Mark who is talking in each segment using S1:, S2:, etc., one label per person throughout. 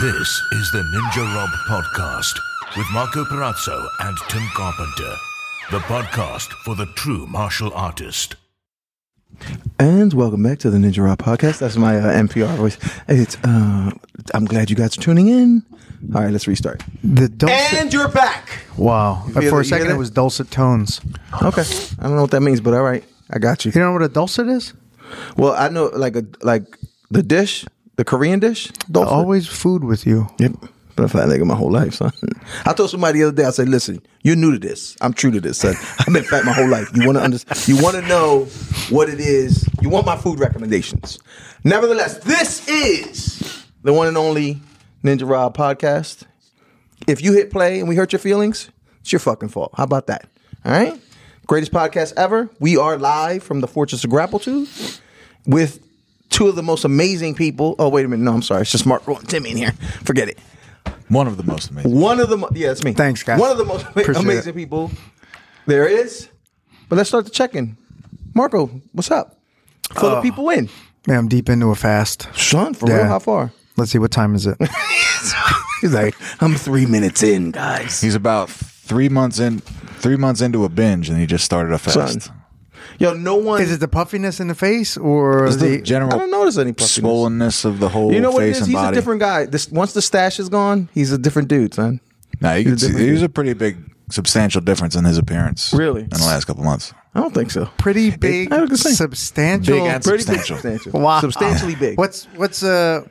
S1: This is the Ninja Rob Podcast with Marco Perazzo and Tim Carpenter. The podcast for the true martial artist.
S2: And welcome back to the Ninja Rob podcast. That's my uh, NPR voice. It's uh, I'm glad you guys are tuning in. All right, let's restart.
S3: The dulcet.
S4: And you're back.
S3: wow.
S2: hear that-
S3: For
S2: you
S3: a second,
S2: hear
S3: it
S2: that?
S3: was dulcet tones.
S2: Okay, I don't know what that means, but all right, I got you.
S3: You know what a dulcet is?
S2: Well, I know like a like the dish, the Korean dish. Dolphin.
S3: Always food with you.
S2: Yep. But I felt like my whole life, son. I told somebody the other day, I said, listen, you're new to this. I'm true to this, son. I've been fat my whole life. You wanna understand you wanna know what it is. You want my food recommendations. Nevertheless, this is the one and only Ninja Rob podcast. If you hit play and we hurt your feelings, it's your fucking fault. How about that? All right? Greatest podcast ever. We are live from the Fortress of Grappletude with two of the most amazing people. Oh, wait a minute. No, I'm sorry. It's just Mark Roy and Timmy in here. Forget it.
S5: One of the most amazing.
S2: One of the mo- yeah, it's me.
S3: Thanks, guys.
S2: One of the most ama-
S3: Appreciate
S2: amazing
S3: it.
S2: people there is. But let's start the check-in. Marco, what's up? For the people in.
S3: Man, I'm deep into a fast.
S2: Sean, for
S3: Yeah.
S2: real, how far?
S3: Let's see, what time is it?
S2: He's like, I'm three minutes in, guys.
S5: He's about three months in, three months into a binge, and he just started a fast.
S2: Son. Yo, no one.
S3: is it the puffiness in the face or
S5: It's the
S3: the.
S5: general
S2: I don't notice any puffiness.
S5: swollenness of the whole
S2: you know what it
S5: face
S2: is?
S5: and
S2: He's
S5: body.
S2: a different guy. This once the stash is gone, he's a different dude, son.
S5: Nah, you can
S2: he's a
S5: see,
S2: different
S5: there's a pretty big, substantial difference in his appearance.
S2: Really?
S5: in the last couple months.
S2: I don't think so.
S3: Pretty big,
S2: I was gonna say-
S3: substantial.
S5: Big and
S2: Pretty
S5: Substantial.
S2: big, substantial.
S3: Wow.
S2: Substantially big.
S3: What's what's uh,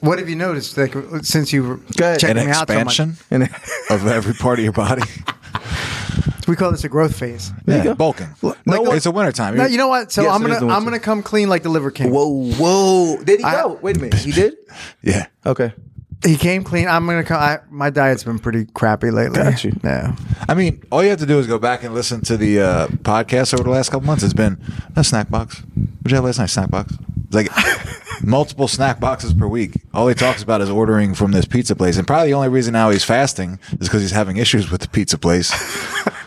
S3: what have you noticed like since you were
S2: Go ahead.
S3: checking
S5: An
S3: me out? so much?
S5: expansion
S2: And
S5: of every part of your body.
S3: we call this a growth phase.
S5: yeah,
S2: go.
S5: bulking.
S2: Look, no one-
S5: it's a winter time.
S3: No, you know what? So
S2: Yes,
S3: I'm
S2: it is the
S3: gonna
S2: winter.
S3: I'm gonna come clean like the Liver King.
S2: whoa, whoa. Did he
S3: I-
S2: go? Wait a minute. He did?
S5: Yeah,
S2: Okay.
S3: He came clean. I'm gonna come. I, my diet's been pretty crappy lately.
S2: Got you.
S3: Yeah.
S5: I mean, all you have to do is go back and listen to the uh, podcast over the last couple months. It's been a snack box. What did you have last night? Snack box. It's like multiple snack boxes per week. All he talks about is ordering from this pizza place, and probably the only reason now he's fasting is because he's having issues with the pizza place.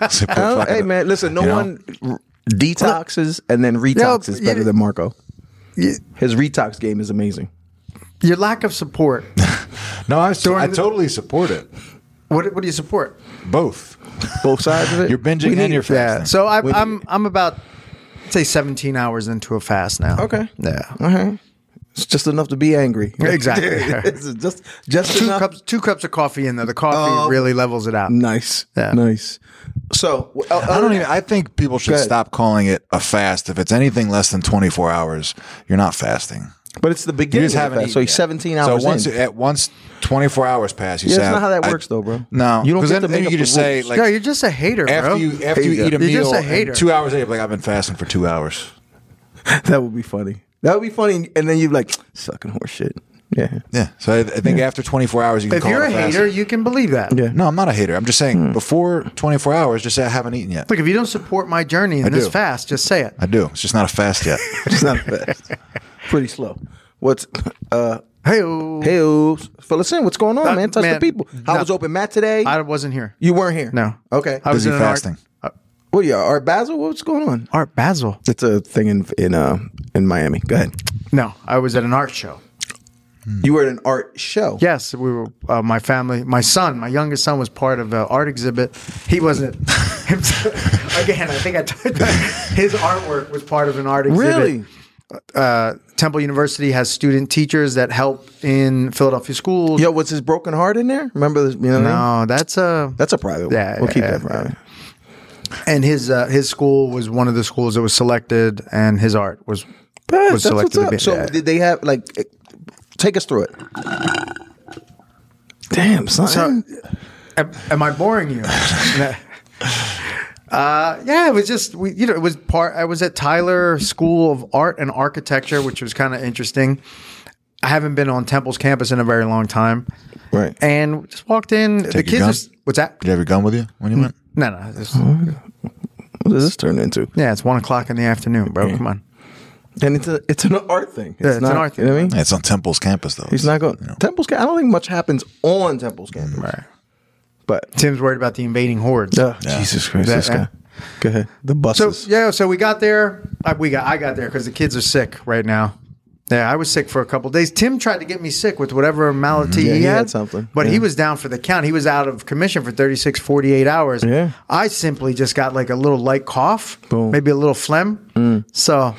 S5: So,
S2: Oh, hey man, listen. No
S5: you know?
S2: one r- detoxes and then retoxes
S3: you-
S2: better than Marco.
S3: Y-
S2: His retox game is amazing.
S3: Your lack of support.
S5: No, I, I
S3: the-
S5: totally support it.
S3: What What do you support?
S5: Both.
S2: Both sides of it.
S5: You're binging
S2: We
S5: and
S2: need
S5: you're
S2: it.
S5: fasting.
S3: So I,
S5: With-
S3: I'm I'm about say 17 hours into a fast now.
S2: Okay.
S3: Yeah.
S2: All right. Uh-huh. It's just enough to be angry.
S3: Exactly.
S2: It's just just
S3: Two
S2: enough.
S3: cups Two cups of coffee in there. The coffee
S5: Uh,
S2: Oh.
S3: really levels it out.
S2: Nice.
S3: Yeah.
S2: Nice. So w- uh,
S5: I don't even. I think people should
S2: ahead.
S5: stop calling it a fast. If it's anything less than 24 hours, you're not fasting.
S2: But it's the
S5: You
S2: beginning.
S5: just
S2: of the
S5: haven't.
S2: fast.
S5: eaten
S2: So he's
S5: yet.
S2: 17 hours.
S5: So once
S2: in.
S5: at once 24 hours pass, you
S2: yeah,
S5: say,
S2: that's not how that
S5: I-
S2: works, though, bro.
S5: No,
S2: you don't
S5: because
S2: get to
S5: then, then
S2: make
S5: you
S2: up
S5: could
S2: the
S5: just say
S2: rules.
S5: like
S3: no, you're just a hater,
S5: after
S3: bro.
S5: you after you
S2: Hater.
S5: eat a
S3: You're
S5: meal,
S3: just a
S5: and
S3: hater.
S5: two hours later, like I've been fasting for two hours.
S2: that would be funny. That would be funny, and then you're like sucking horse shit. Yeah.
S5: Yeah, so I, I think after 24 hours, you can
S3: if
S5: call
S3: you're
S5: it
S3: a
S5: fast.
S3: hater, you can believe that.
S2: Yeah.
S5: No, I'm not a hater. I'm just saying before 24 hours, just say I haven't eaten yet.
S3: Look, if you don't support my journey in this
S5: do.
S3: fast, just say it.
S5: I do. It's just not a fast yet.
S2: It's not fast. Pretty slow. What's uh
S3: Hey,
S2: hey fill us in. What's going on,
S3: Uh,
S2: man? Touch
S3: man,
S2: the people. How
S3: no.
S2: was open mat today?
S3: I wasn't here.
S2: you weren't here.
S3: No.
S2: Okay.
S3: I was
S5: Busy
S3: in an art-
S5: fasting.
S2: well yeah, Art Basil, what's going on?
S3: Art Basel.
S2: It's a thing in in uh in Miami. Go ahead.
S3: No, I was at an art show.
S2: Mm. You were at an art show.
S3: Yes, we were. Uh, my family, my son, my youngest son, was part of an art exhibit. He wasn't. himself. Again, I think I told you, his artwork was part of an art exhibit.
S2: Really?
S3: Uh, Temple University has student teachers that help in Philadelphia schools.
S2: Yo, was his broken heart in there? Remember this you know what I mean?
S3: No, that's a
S2: That's a private one.
S3: Yeah,
S2: we'll keep
S3: yeah,
S2: that
S3: yeah.
S2: private.
S3: and his uh, his school was one of the schools that was selected, and his art was
S2: But
S3: was
S2: that's what's
S3: selected to
S2: up.
S3: be.
S2: So
S3: yeah.
S2: did they have like eh, take us through it? Damn, son.
S3: So, am, am I boring you? Uh, yeah, it was just we, you know, it was part. I was at Tyler School of Art and Architecture, which was kind of interesting. I haven't been on Temple's campus in a very long time,
S2: right.
S3: and just walked in. the
S5: your
S3: kids,
S5: gun?
S3: are, s- what's that?
S5: Did you have your gun with you when you went?
S3: No, no, it's,
S2: What does this turn into?
S3: yeah, it's one o'clock in the afternoon, bro. Come on,
S2: And it's a, it's an art thing. It's,
S3: Yeah, it's
S2: not,
S3: an art
S2: You know what I mean?
S5: Yeah, it's on Temple's campus though.
S2: He's not going.
S5: You know.
S2: Temple's campus. I don't think much happens on Temple's campus.
S3: Right.
S2: But
S3: Tim's worried about the invading hordes.
S2: Jesus Christ,
S3: That-
S2: this guy. uh, Go ahead. The
S3: So
S2: buses.
S3: yeah, so we got there. I, we got I got there because the kids are sick right now. Yeah, I was sick for a couple days. Tim tried to get me sick with whatever malady
S2: Mm-hmm. Yeah,
S3: he,
S2: he
S3: had,
S2: had something.
S3: but
S2: Yeah.
S3: he was down for the count. He was out of commission for 36, 48 hours.
S2: Yeah.
S3: I simply just got like a little light cough,
S2: Boom. Mm.
S3: maybe a little phlegm. So,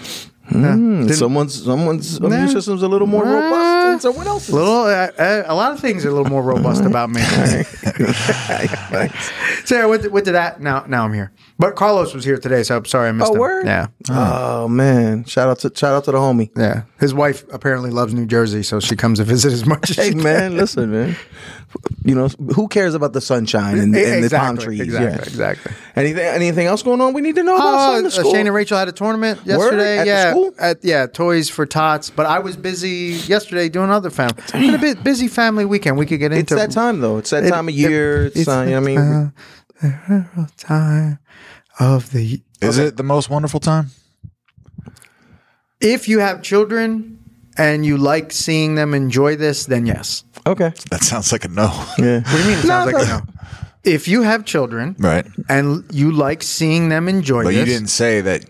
S3: yeah, didn't-
S2: someone's someone's immune
S3: Nah.
S2: system's a little more robust than someone else's.
S3: little, uh, uh, a lot of things are a little more robust about me.
S2: Thanks.
S3: so yeah, I went to, went to that. Now, now I'm here. But Carlos was here today, so I'm sorry I missed
S2: Oh,
S3: him.
S2: word?
S3: Yeah,
S2: Oh man! Shout out to shout out to the homie.
S3: yeah. His wife apparently loves New Jersey, so she comes to visit as much as
S2: Hey
S3: she can.
S2: man, listen man. You know who cares about the sunshine and,
S3: E-
S2: and the palm
S3: exactly,
S2: trees?
S3: exactly,
S2: Yeah.
S3: exactly.
S2: Anything anything else going on? We need to know about
S3: Oh,
S2: something
S3: uh,
S2: to school.
S3: Shane and Rachel had a tournament
S2: Word?
S3: yesterday.
S2: At the
S3: yeah,
S2: school?
S3: at yeah, Toys for Tots. But I was busy yesterday doing other family. It's been a bit busy family weekend. We could get
S2: it's
S3: into
S2: that time though. It's that
S3: It-
S2: time of
S3: it-
S2: year. it's
S3: it's
S2: uh, you know what I mean.
S3: the time- time of the.
S5: Is it the most wonderful time?
S3: If you have children and you like seeing them enjoy this, then yes.
S2: okay.
S5: That sounds like a no.
S2: Yeah.
S3: What do you mean? It sounds like no. If you have children
S5: Right.
S3: and you like seeing them enjoy
S5: But
S3: this,
S5: you didn't say that.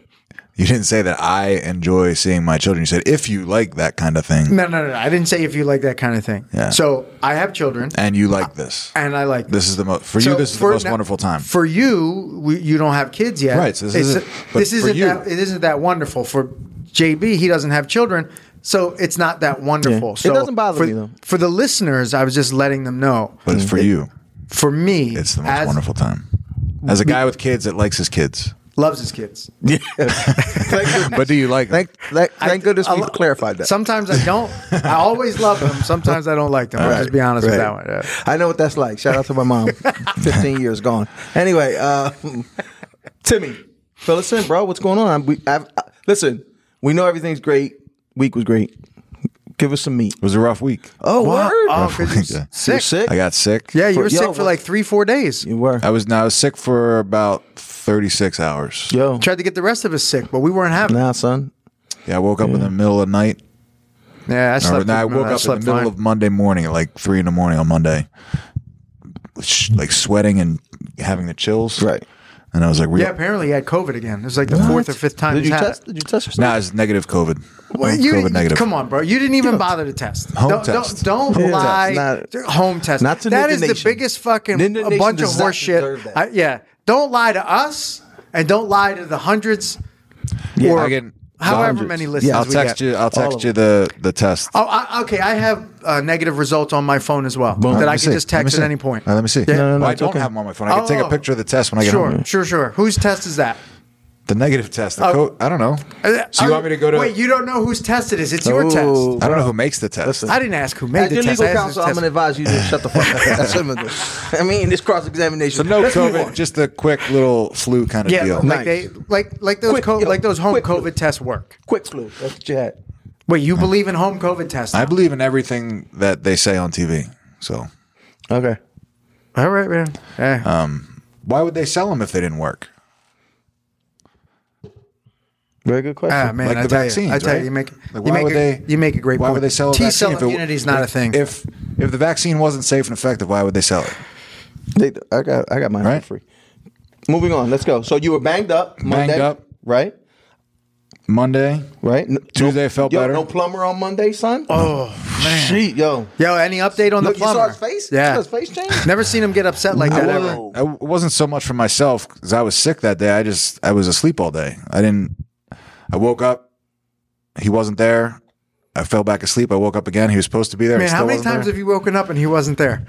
S5: You didn't say that I enjoy seeing my children. You said if you like that kind of thing
S3: No, no, no. I didn't say if you like that kind of thing.
S5: Yeah.
S3: So I have children
S5: and you like this.
S3: and I like
S5: This is the most for you.
S3: So
S5: This is the
S3: for
S5: most
S3: now-
S5: wonderful time.
S3: For you, we, you don't have kids yet,
S5: Right, so this
S3: It's-
S5: isn't- but
S3: this
S5: for
S3: isn't
S5: you-
S3: that, it isn't that wonderful. For JB, he doesn't have children, so it's not that wonderful.
S2: It
S3: So
S2: doesn't bother
S3: for,
S2: me, though.
S3: For the listeners, I was just letting them know.
S5: but it's for you.
S3: For me,
S5: It's the most
S3: Mm-hmm. as-
S5: wonderful time. As a guy with kids that likes his kids.
S3: Loves his kids.
S5: But do you like them?
S2: Thank thank,
S3: I-
S2: thank goodness
S3: I
S2: we
S3: lo-
S2: clarified that.
S3: Sometimes I don't. I always love them. Sometimes I don't like them. I'll just be honest with that
S2: Right.
S3: one. yeah.
S2: I know what that's like. Shout out to my mom. 15 years gone. Anyway, uh, Timmy, fill us in, bro. What's going on? I'm- We, I've, I, listen, we know everything's great. Week was great. Give us some meat.
S5: It was a rough week.
S2: Oh,
S3: What?
S2: word.
S3: Oh, 'cause you're
S5: Yeah.
S3: s- sick.
S2: You're sick?
S5: I got sick.
S3: Yeah, you
S2: For-
S3: were
S2: yo,
S3: sick for
S2: what-
S3: like three, four days.
S2: You were.
S5: I was now I was sick for about thirty six hours.
S2: Yo.
S3: Tried to get the rest of us sick, but we weren't having.
S2: Nah, son.
S5: Yeah, I woke up in the middle of the night.
S3: Yeah, I
S5: Or,
S3: slept.
S5: no, I woke up in the
S3: slept
S5: middle
S3: fine.
S5: of Monday morning at like three in the morning on Monday, Sh- like sweating and having the chills.
S2: Right.
S5: And I was like,
S3: Yeah,
S5: "Real."
S3: apparently he had COVID again. It was like the fourth or fifth time
S2: Did
S3: he's
S2: you
S3: had
S2: test?
S3: it.
S2: Did you test yourself?
S5: Nah, it's negative COVID.
S3: Well,
S5: I'm
S3: you,
S5: COVID negative.
S3: Come on, bro. You didn't even bother to test.
S5: Home
S3: don't,
S5: test.
S3: Don't, don't
S2: Home
S3: lie.
S2: test, not-
S3: home test.
S2: not to
S3: That
S2: Ninja
S3: is the
S2: Nation.
S3: biggest fucking
S2: Ninja
S3: a
S2: Nation
S3: bunch of
S2: does not
S3: horse shit.
S2: deserve that.
S3: I- yeah. Don't lie to us and don't lie to the hundreds or
S5: I can-
S3: however
S5: hundreds.
S3: many listens
S5: I'll
S3: we
S5: text
S3: get.
S5: you. I'll
S2: of
S5: text you the the test.
S3: Oh, I, okay. I have uh, negative results on my phone as well that
S5: Let
S3: I
S5: me
S3: can
S5: see.
S3: just
S5: Let me
S3: text
S5: see.
S3: at any point.
S5: Uh, let me see.
S3: Yeah. No, no,
S2: no,
S5: Well, I
S2: it's
S5: don't
S2: okay.
S5: have them on my phone. I can take a
S3: Oh.
S5: picture of the test when I get
S3: Sure,
S5: home.
S3: sure, sure. Whose test is that?
S5: The negative test. The
S3: Oh.
S5: co- I don't know. So you want me to go to?
S3: Uh, Wait, you don't know whose test it is. It's your
S2: Oh.
S3: test.
S5: I don't know who makes the test.
S2: Listen.
S3: I didn't ask who made
S2: As
S3: the
S2: your
S3: test.
S2: legal
S3: I asked
S2: counsel,
S3: whose
S2: I'm going to
S3: test-
S2: advise you to shut the fuck up. That's what I'm gonna do. I mean, this cross examination.
S5: So no COVID, just a quick little flu kind of
S3: Yeah,
S5: deal.
S3: like
S2: Nice.
S3: they like like those
S2: Quick,
S3: co-
S2: yo,
S3: like those home
S2: quick.
S3: COVID tests work.
S2: Quick flu. That's what you had.
S3: Wait, you believe in home COVID tests?
S5: I believe in everything that they say on TV. So
S2: Okay.
S3: All right, man. Eh.
S5: Uh, why would they sell them if they didn't work?
S2: Very good question.
S3: ah, man,
S5: like
S3: I
S5: the
S3: tell
S5: vaccines,
S3: you, I tell
S5: right?
S3: you, you make
S5: Like,
S3: you
S5: why
S3: make a,
S5: would they-
S3: you make a great
S5: Why
S3: point.
S5: would they sell a
S3: T
S5: vaccine
S3: cell
S5: if it-
S3: immunity is not a
S5: if-
S3: thing?
S5: If if the vaccine wasn't safe and effective, why would they sell it?
S2: They, I got I got mine
S5: Right.
S2: for free. Moving on, let's go. So you were banged up, Monday,
S5: up.
S2: right?
S5: Monday,
S2: Right. N-
S5: Tuesday, I felt
S2: yo,
S5: better.
S2: No plumber on Monday, son.
S3: oh man,
S2: Shit, yo.
S3: yo, any update on
S2: Look,
S3: the
S2: you
S3: plumber?
S2: saw his face. You
S3: Yeah,
S2: saw his face change.
S3: never seen him get upset like that. ever.
S5: I, it wasn't so much for myself because I was sick that day. I just I was asleep all day. I didn't. I woke up. He wasn't there. I fell back asleep. I woke up again. He was supposed to be there.
S3: Man,
S5: he
S3: how
S5: still
S3: many
S5: wasn't
S3: times
S5: there.
S3: have you woken up and he wasn't there?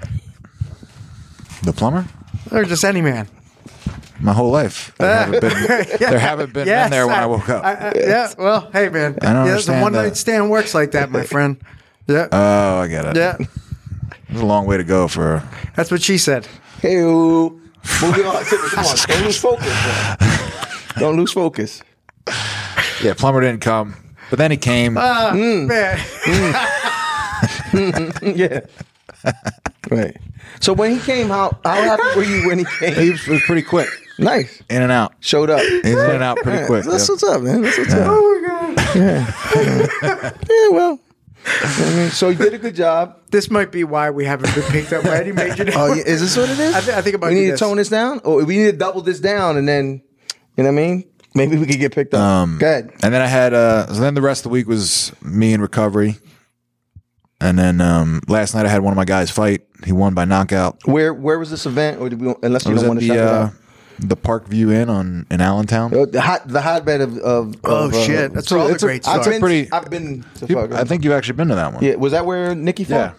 S5: the plumber?
S3: Or just any man?
S5: My whole life. There haven't been, there haven't been men there when I, woke up.
S3: I- I- yeah. Well, hey, man.
S5: I don't
S3: yeah,
S5: understand
S3: The one
S5: that.
S3: night stand works like that, my friend. Yeah.
S5: oh, I get it.
S3: yeah.
S5: It's a long way to go for.
S3: That's what she said.
S2: Hey, moving on. Timmy, Come on, don't lose focus. Bro. Don't lose focus.
S5: Yeah, plumber didn't come, but then he came.
S3: Uh,
S2: Hmm.
S3: Man.
S2: yeah. Right. So when he came, how how happy were you when he
S5: he
S2: came?
S5: was, was pretty quick,
S2: Nice.
S5: in and out.
S2: Showed up.
S5: He's in and out pretty quick.
S2: That's
S5: yeah.
S2: what's up, man. That's what's up. Oh my god. Yeah. yeah. Well, I mean, so you did a good job.
S3: This might be why we haven't been picked up by any major.
S2: Oh, yeah, is this what it is?
S3: I, thi- I think it might
S2: we
S3: be
S2: need
S3: this.
S2: to tone this down, or we need to double this down, and then you know what I mean. Maybe we could get picked up.
S5: Um,
S2: Go ahead.
S5: And then I had uh so then the rest of the week was me in recovery. And then um last night I had one of my guys fight. He won by knockout.
S2: Where where was this event? Or did we, unless
S5: It
S2: you
S5: was
S2: don't
S5: at
S2: want to
S5: the
S2: shout it
S5: uh,
S2: out.
S5: the Parkview Inn on in Allentown.
S2: Uh, the hot the hotbed of, of
S3: Oh,
S2: of, uh,
S3: shit. That's where all the
S5: it's a-
S3: great
S5: it's a
S2: I've
S3: stars.
S2: been,
S5: pretty-
S2: I've been to
S5: You-
S2: fuck.
S5: I think you've actually been to that one.
S2: yeah. Was that where Nikki
S5: Yeah.
S2: fought?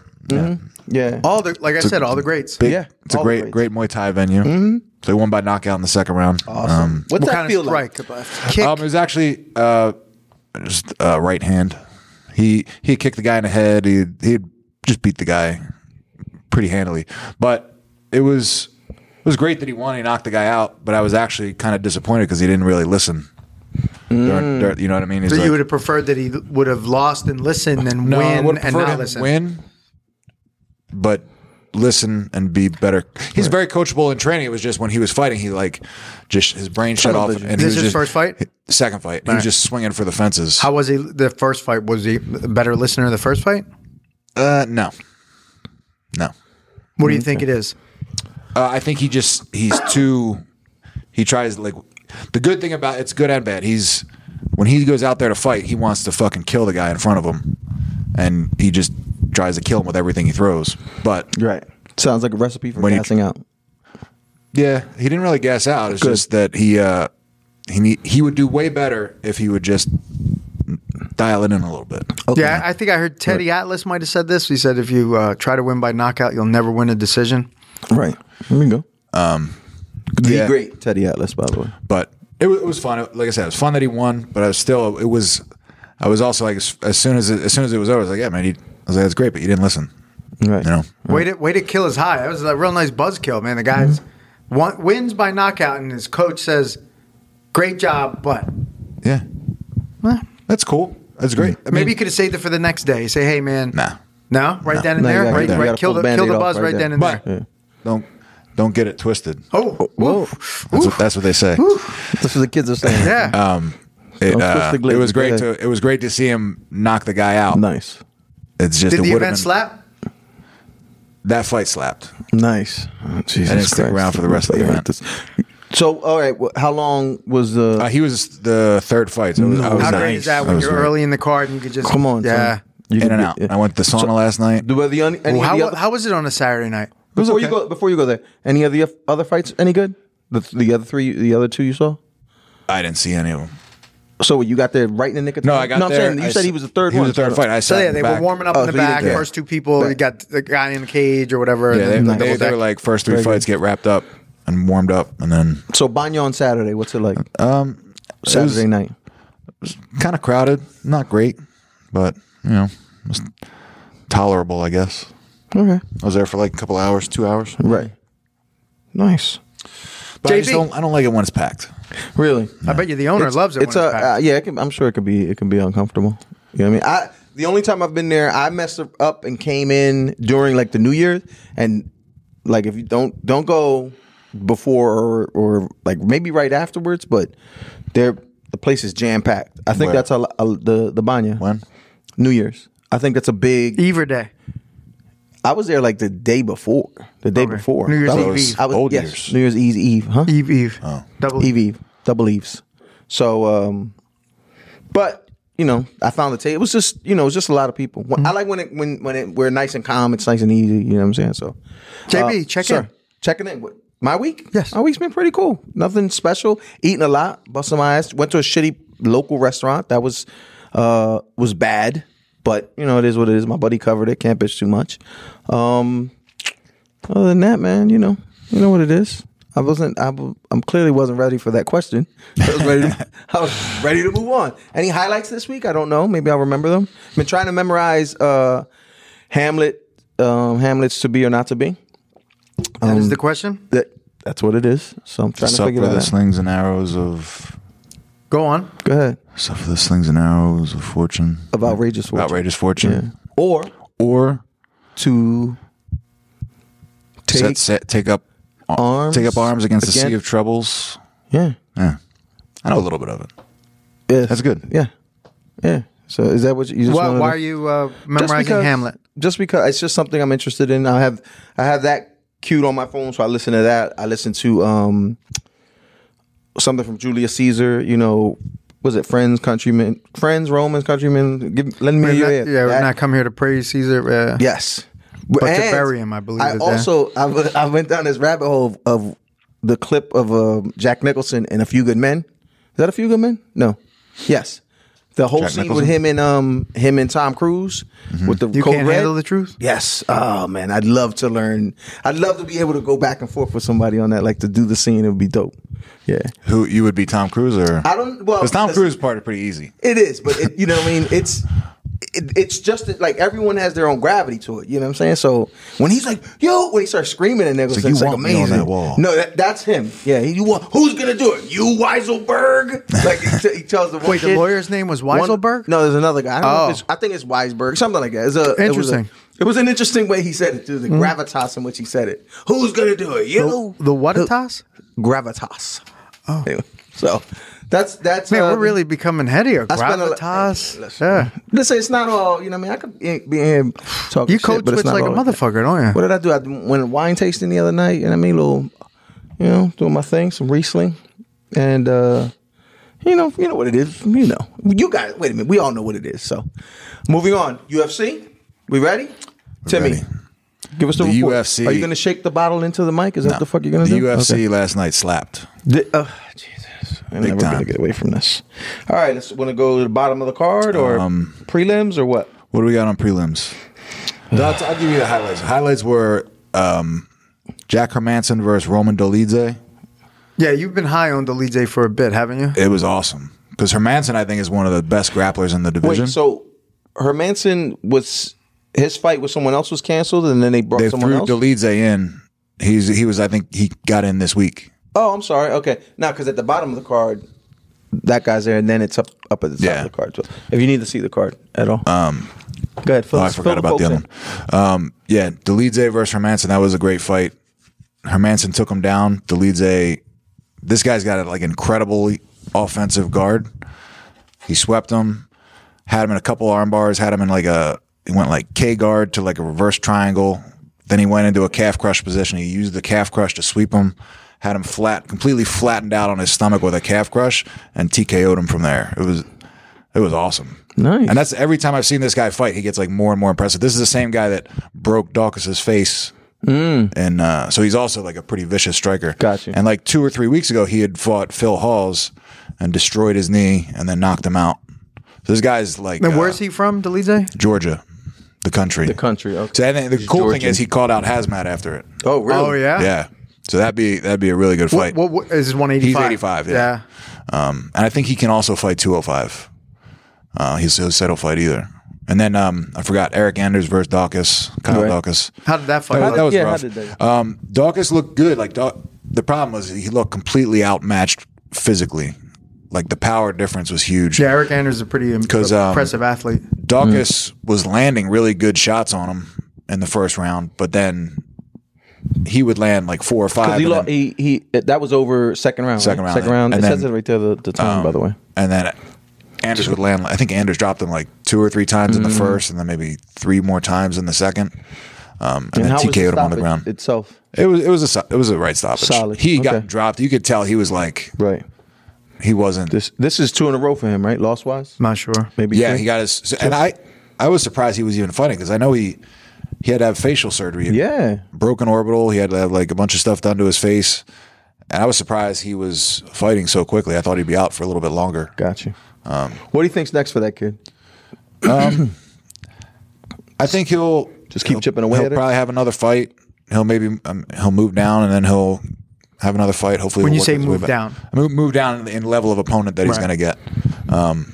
S2: Yeah.
S5: Um,
S3: All the like I said, all the greats.
S5: Big-
S2: Yeah,
S5: It's a
S2: all
S5: great
S2: great.
S5: great Muay Thai venue. Mm-hmm. So he won by knockout in the second round. Um,
S2: What's
S3: what
S2: that
S3: kind
S2: feel
S3: of
S2: like?
S3: strike? Kick.
S5: Um, it was actually uh, just uh, right hand. He he kicked the guy in the head. He he just beat the guy pretty handily. But it was it was great that he won. He knocked the guy out. But I was actually kind of disappointed because he didn't really listen. During- during- you know what I mean? He's
S3: Mm. so
S5: like-
S3: you would have preferred that he would have lost and listened and
S5: no, I
S3: win
S5: would've
S3: and
S5: preferred
S3: not
S5: him
S3: listen.
S5: Win, but listen and be better. He's very coachable in training. It was just when he was fighting, he like just his brain shut off. And
S2: Television.
S5: he
S3: This
S5: was
S3: his
S5: just-
S3: first fight?
S5: Second fight. He was just swinging for the fences.
S3: How was he? The first fight was he a better listener? in The first fight.
S5: Uh, no, no.
S3: What do
S5: Mm-hmm.
S3: you think it is?
S5: Uh, I think he just he's too. He tries like the good thing about it's good and bad. He's when he goes out there to fight, he wants to fucking kill the guy in front of him, and he just tries to kill him with everything he throws. But
S2: Right. Sounds like a recipe for
S5: When you-
S2: passing out.
S5: yeah, he didn't really gas out. It's
S2: Good.
S5: just that he uh he need, he would do way better if he would just dial it in a little bit.
S2: Okay.
S3: Yeah, I think I heard Teddy Atlas might have said this. He said if you uh, try to win by knockout, you'll never win a decision.
S2: Right. There we go. The
S5: Um, Yeah.
S2: great Teddy Atlas, by the way.
S5: but it, wa- it was fun. Like I said, it was fun that he won, but I was still it was. I was also like as, as soon as it, as soon as it was over, I was like, yeah, man, he, I was like, that's great, but you didn't listen,
S2: Right.
S5: you know.
S3: Way to way to kill his high. That was a real nice buzz kill, man. The guy's won, wins by knockout, and his coach says, "Great job," but
S5: Yeah,
S3: Well,
S5: that's cool. That's great. I mean,
S3: maybe you could have saved it for the next day. Say, "Hey, man,
S5: Mm-hmm. Nah.
S3: no, right then and
S2: No, you
S3: there,
S2: gotta-
S3: right,
S2: you
S3: right,
S2: gotta
S3: kill
S2: pull
S3: the
S2: the
S3: kill the
S2: Band-Aid
S3: buzz
S2: off
S3: right,
S2: right
S3: then
S2: there.
S3: and
S5: but
S3: there."
S5: don't don't get it twisted.
S3: Oh,
S2: Whoa.
S3: oof,
S5: That's
S3: oof.
S5: what, that's what they say.
S2: That's what the kids are saying.
S3: yeah.
S5: It,
S2: Don't twist
S5: uh,
S2: the
S5: it
S2: glue.
S5: was great
S2: Go
S5: to it was great to see him knock the guy out.
S2: Nice.
S5: It's just
S3: Did
S5: it
S3: the
S5: would've
S3: event
S5: been-
S3: slap?
S5: That fight slapped.
S2: Nice. Oh, Jesus
S5: didn't stick
S2: Christ.
S5: around for the rest of the event.
S2: So, all right. wh- How long was the?
S5: Uh, he was the third fight. So I was
S3: How
S5: nice.
S3: great is that
S5: I
S3: when
S5: was
S3: you're
S5: great.
S3: early in the card and you could just
S2: Come on. son.
S3: yeah.
S2: You
S5: In
S2: can
S5: and
S2: get-
S5: out.
S2: yeah.
S5: I went to the sauna last night.
S2: Do- Were the any, any
S3: Well,
S2: of the
S3: how,
S2: other,
S3: how was it on a Saturday night?
S2: before
S5: okay.
S2: you go before you go there? Any of the oth- other fights any good? The the other three, the other two you saw.
S5: I didn't see any of them.
S2: So you got there right in the nick of time.
S5: No, I got
S2: I'm
S5: there.
S2: saying you
S5: I
S2: said
S5: s-
S2: he was the third.
S5: He
S2: one.
S5: was the third fight. I
S3: So
S5: sat
S3: yeah,
S5: in
S3: they
S5: the
S3: were
S5: back.
S3: warming up
S2: Oh,
S3: in the
S2: so you didn't
S3: back.
S2: care.
S3: First two people, you got the guy in the cage or whatever.
S5: Yeah,
S3: and
S5: they,
S3: then
S5: they,
S3: double
S5: they
S3: deck.
S5: were like first three fights get wrapped up and warmed up, and then
S2: So Banya on Saturday. What's it like?
S5: um,
S2: Saturday night.
S5: kind of crowded. Not great, but you know, it was tolerable, I guess.
S2: Okay.
S5: I was there for like a couple hours, two hours.
S2: Right. Nice.
S5: But I just
S3: JB.
S5: don't. I don't like it when it's packed.
S2: Really.
S3: I bet you the owner loves it.
S2: It's
S3: when
S2: a
S3: it's packed.
S2: uh, yeah. It can, I'm sure it could be it can be uncomfortable. You know what I mean? I the only time I've been there, I messed up and came in during like the New Year's, and like if you don't don't go before or, or like maybe right afterwards, but there the place is jam packed. I think
S5: Where?
S2: that's a, lo- a- the the banya
S5: When?
S2: New Year's. I think that's a big.
S3: Either day.
S2: I was there like the day before. The day
S3: Okay.
S2: before.
S3: New Year's
S2: I was-
S3: Eve Eve.
S2: I was,
S5: Old
S2: yes,
S5: Year's.
S2: New Year's Eve Eve, huh?
S3: Eve Eve. Double
S2: Oh. Eve Eve, double Eves. So, um, but you know, I found the table. It was just you know, it was just a lot of people. When-
S3: Mm-hmm.
S2: I like when it when when it, we're nice and calm. It's nice and easy. You know what I'm saying? So, Oh,
S3: JB, check in.
S2: Checking in. What- My week?
S3: Yes.
S2: my week's been pretty cool. Nothing special. Eating a lot. Busting my ass. Went to a shitty local restaurant that was uh was bad. But you know, it is what it is. My buddy covered it. Can't bitch too much. Um, other than that, man, you know, you know what it is. I wasn't. I, w- I'm clearly wasn't ready for that question. I was ready. To, I was ready to move on. Any highlights this week? I don't know. Maybe I'll remember them. been trying to memorize uh, Hamlet. Um, Hamlet's to be or not to be.
S3: That is the
S2: um,
S3: question.
S2: That that's what it is. So I'm trying to
S5: Suffer
S2: figure that
S5: the
S2: out.
S5: slings and arrows of
S3: Go on.
S2: Go ahead.
S5: suffer the slings and arrows of fortune
S2: Of outrageous fortune.
S5: outrageous fortune,
S2: Or
S5: or
S2: to take.
S5: set, set, take up
S2: arms
S5: take up arms against the sea
S2: against-
S5: of troubles.
S2: Yeah.
S5: Yeah, I know a little bit of it.
S2: Yes.
S5: That's good.
S2: Yeah. Yeah. So is that what you, you just
S3: Why,
S2: wanted
S3: why
S2: to-
S3: are you uh,
S2: Just
S3: memorizing
S2: because-
S3: Hamlet?
S2: Just because it's just something I'm interested in. I have I have that queued on my phone, so I listen to that. I listen to um something from Julius Caesar. You know, was it Friends, Countrymen, Friends, Romans, Countrymen? Give, lend me your
S3: Not-
S2: ear.
S3: yeah,
S2: That-
S3: not come here to praise Caesar. Uh,
S2: Yes.
S3: to
S2: And
S3: bury him, I believe
S2: I
S3: is that.
S2: also I, w- I went down this rabbit hole of, of the clip of um, Jack Nicholson and A Few Good Men. Is that A Few Good Men? No. Yes. The whole
S5: Jack
S2: scene with
S5: Nicholson?
S2: him and um him and Tom Cruise with the
S3: Mm-hmm. You
S2: code
S3: can't
S2: red.
S3: handle the truth.
S2: Yes. Oh man, I'd love to learn. I'd love to be able to go back and forth with somebody on that, like to do the scene. It would be dope. Yeah.
S5: Who you would be Tom Cruise or
S2: I don't. Well,
S5: Because Tom
S2: that's-
S5: Cruise part is pretty easy.
S2: It is, but it, you know what I mean. It's it, it's just that, like everyone has their own gravity to it. You know what I'm saying? So when he's like, "Yo," when he starts screaming at Nicholson,
S5: you
S2: it's like
S5: want me on
S2: amazing.
S5: that wall.
S2: No, that, that's him. Yeah, he, you want who's gonna do it? You Weiselberg? Like he, t- he tells the one
S3: Wait, the
S2: kid-
S3: lawyer's name was
S2: one-
S3: Weiselberg?
S2: no, there's another guy. I, don't know
S3: Oh.
S2: if it's, I think it's Weisberg, something like that. It's a, It was, a-
S3: Interesting. Mm-hmm.
S2: it was an interesting way he said it, too. The gravitas in which he said it. Who's gonna do it? You.
S3: The Whatatas?
S2: gravitas. Oh, so that's that's
S3: Man,
S2: uh,
S3: we're really becoming heady. Or
S2: I spent a lot- Hey,
S3: gravitas.
S2: listen.
S3: Yeah.
S2: Listen, it's not all. You know, what I mean, I could be be in here talking.
S3: You
S2: shit,
S3: code
S2: but it's
S3: switch
S2: not
S3: like a
S2: all-
S3: motherfucker, don't you?
S2: What did I do? I went wine tasting the other night. You know, what I mean, little, you know, doing my thing, some riesling, and uh, you know, you know what it is. You know, you guys. Wait a minute, we all know what it is. So, moving on, UFC. We ready? Timmy,
S5: ready.
S2: give us the,
S5: The
S2: report.
S5: UFC
S2: Are you going to shake the bottle into the mic? Is that what the fuck you're going to
S5: The
S2: do?
S5: UFC
S2: Okay.
S5: last night slapped.
S2: The- oh, Jesus. I'm
S5: Big
S2: never
S5: time.
S2: gonna get away from this. All right, let's want to go to the bottom of the card or
S5: Um,
S2: prelims or what?
S5: What do we got on prelims? No, I'll, I'll give you the highlights. Highlights were um, Jack Hermanson versus Roman Dolidze.
S3: Yeah, you've been high on the Dolidze for a bit, haven't you?
S5: It was awesome because Hermanson, I think, is one of the best grapplers in the division.
S2: Wait, so Hermanson was his fight with someone else was canceled, and then they brought
S5: they
S2: someone
S5: threw
S2: else.
S5: Dolidze in. He's he was I think he got in this week.
S2: oh, I'm sorry. Okay, now because at the bottom of the card, that guy's there, and then it's up up at the top
S5: Yeah.
S2: of the card. So if you need to see the card at all, um, go ahead. Fill,
S5: Oh, I
S2: fill
S5: forgot about
S2: folks
S5: the other
S2: in.
S5: one. Um, yeah, Delize versus Hermanson. That was a great fight. Hermanson took him down. Delize, this guy's got a, like incredible offensive guard. He swept him, had him in a couple arm bars, had him in like a he went like K guard to like a reverse triangle. Then he went into a calf crush position. He used the calf crush to sweep him, had him flat, completely flattened out on his stomach with a calf crush, and TKO'd him from there. It was it was awesome.
S2: Nice.
S5: And that's every time I've seen this guy fight, he gets like more and more impressive. This is the same guy that broke Dawkins' face. And uh, so he's also like a pretty vicious striker.
S2: Mm. Gotcha.
S5: And like two or three weeks ago, he had fought Phil Halls and destroyed his knee and then knocked him out. So this guy's like
S3: And
S5: uh,
S3: where's he from, Dolidze?
S5: Georgia, the country. The
S2: country, okay.
S5: So I think the cool thing is he called out Hazmat after it.
S2: Oh, really?
S3: Oh, yeah?
S5: Yeah. So that'd be that'd be a really good
S3: What,
S5: fight.
S3: what, what is 185?
S5: He's 85, yeah. Um, and I think he can also fight 205. Uh, he's, he'll settle fight either. And then um, I forgot Eric Anders versus Dawkins, Kyle
S2: Right.
S5: Dawkins.
S3: How did that fight?
S5: That,
S3: look?
S5: that was
S2: Yeah, how
S5: rough.
S2: did they-
S5: Um, Dawkins looked good. Like Daw- the problem was he looked completely outmatched physically. Like the power difference was huge.
S3: yeah, Eric Anders is a pretty im-
S5: 'Cause, um,
S3: impressive athlete.
S5: Dawkins was landing really good shots on him in the first round, but then he would land like four or
S2: Because
S5: five.
S2: he,
S5: and
S2: lo-
S5: then-
S2: he he that was over second round.
S5: Second
S2: right?
S5: round,
S2: Second
S5: yeah.
S2: round.
S5: And
S2: it
S5: then- Oh.
S2: says it right there the, the time, by the way.
S5: And then Anders would land. I think Anders dropped him like two or three times in the
S2: Mm.
S5: first, and then maybe three more times in the second. Um, and, then
S2: how was the
S5: TKO'd him on the
S2: stoppage
S5: ground. It,
S2: itself.
S5: was it was a so- it was a right stoppage.
S2: Solid.
S5: He
S2: Okay.
S5: got dropped. You could tell he was like
S2: Right.
S5: he wasn't.
S2: This this is two in a row for him, right? Loss wise,
S3: Not sure.
S2: maybe.
S5: yeah,
S2: three?
S5: he got his. so- and I I was surprised he was even fighting because I know he he had to have facial surgery.
S2: Yeah.
S5: broken orbital. He had to have like a bunch of stuff done to his face. And I was surprised he was fighting so quickly. I thought he'd be out for a little bit longer.
S2: Got you.
S5: Um,
S2: what do you think's next for that kid?
S5: I think he'll
S2: Just keep
S5: he'll-
S2: chipping away
S5: He'll
S2: at it?
S5: probably have another fight. He'll maybe um, he'll move down and then he'll have another fight. Hopefully,
S3: When
S5: he'll
S3: you
S5: work
S3: say
S5: his way
S3: move
S5: back.
S3: down.
S5: move, move down in the- in level of opponent that he's
S3: Right.
S5: going to get, um,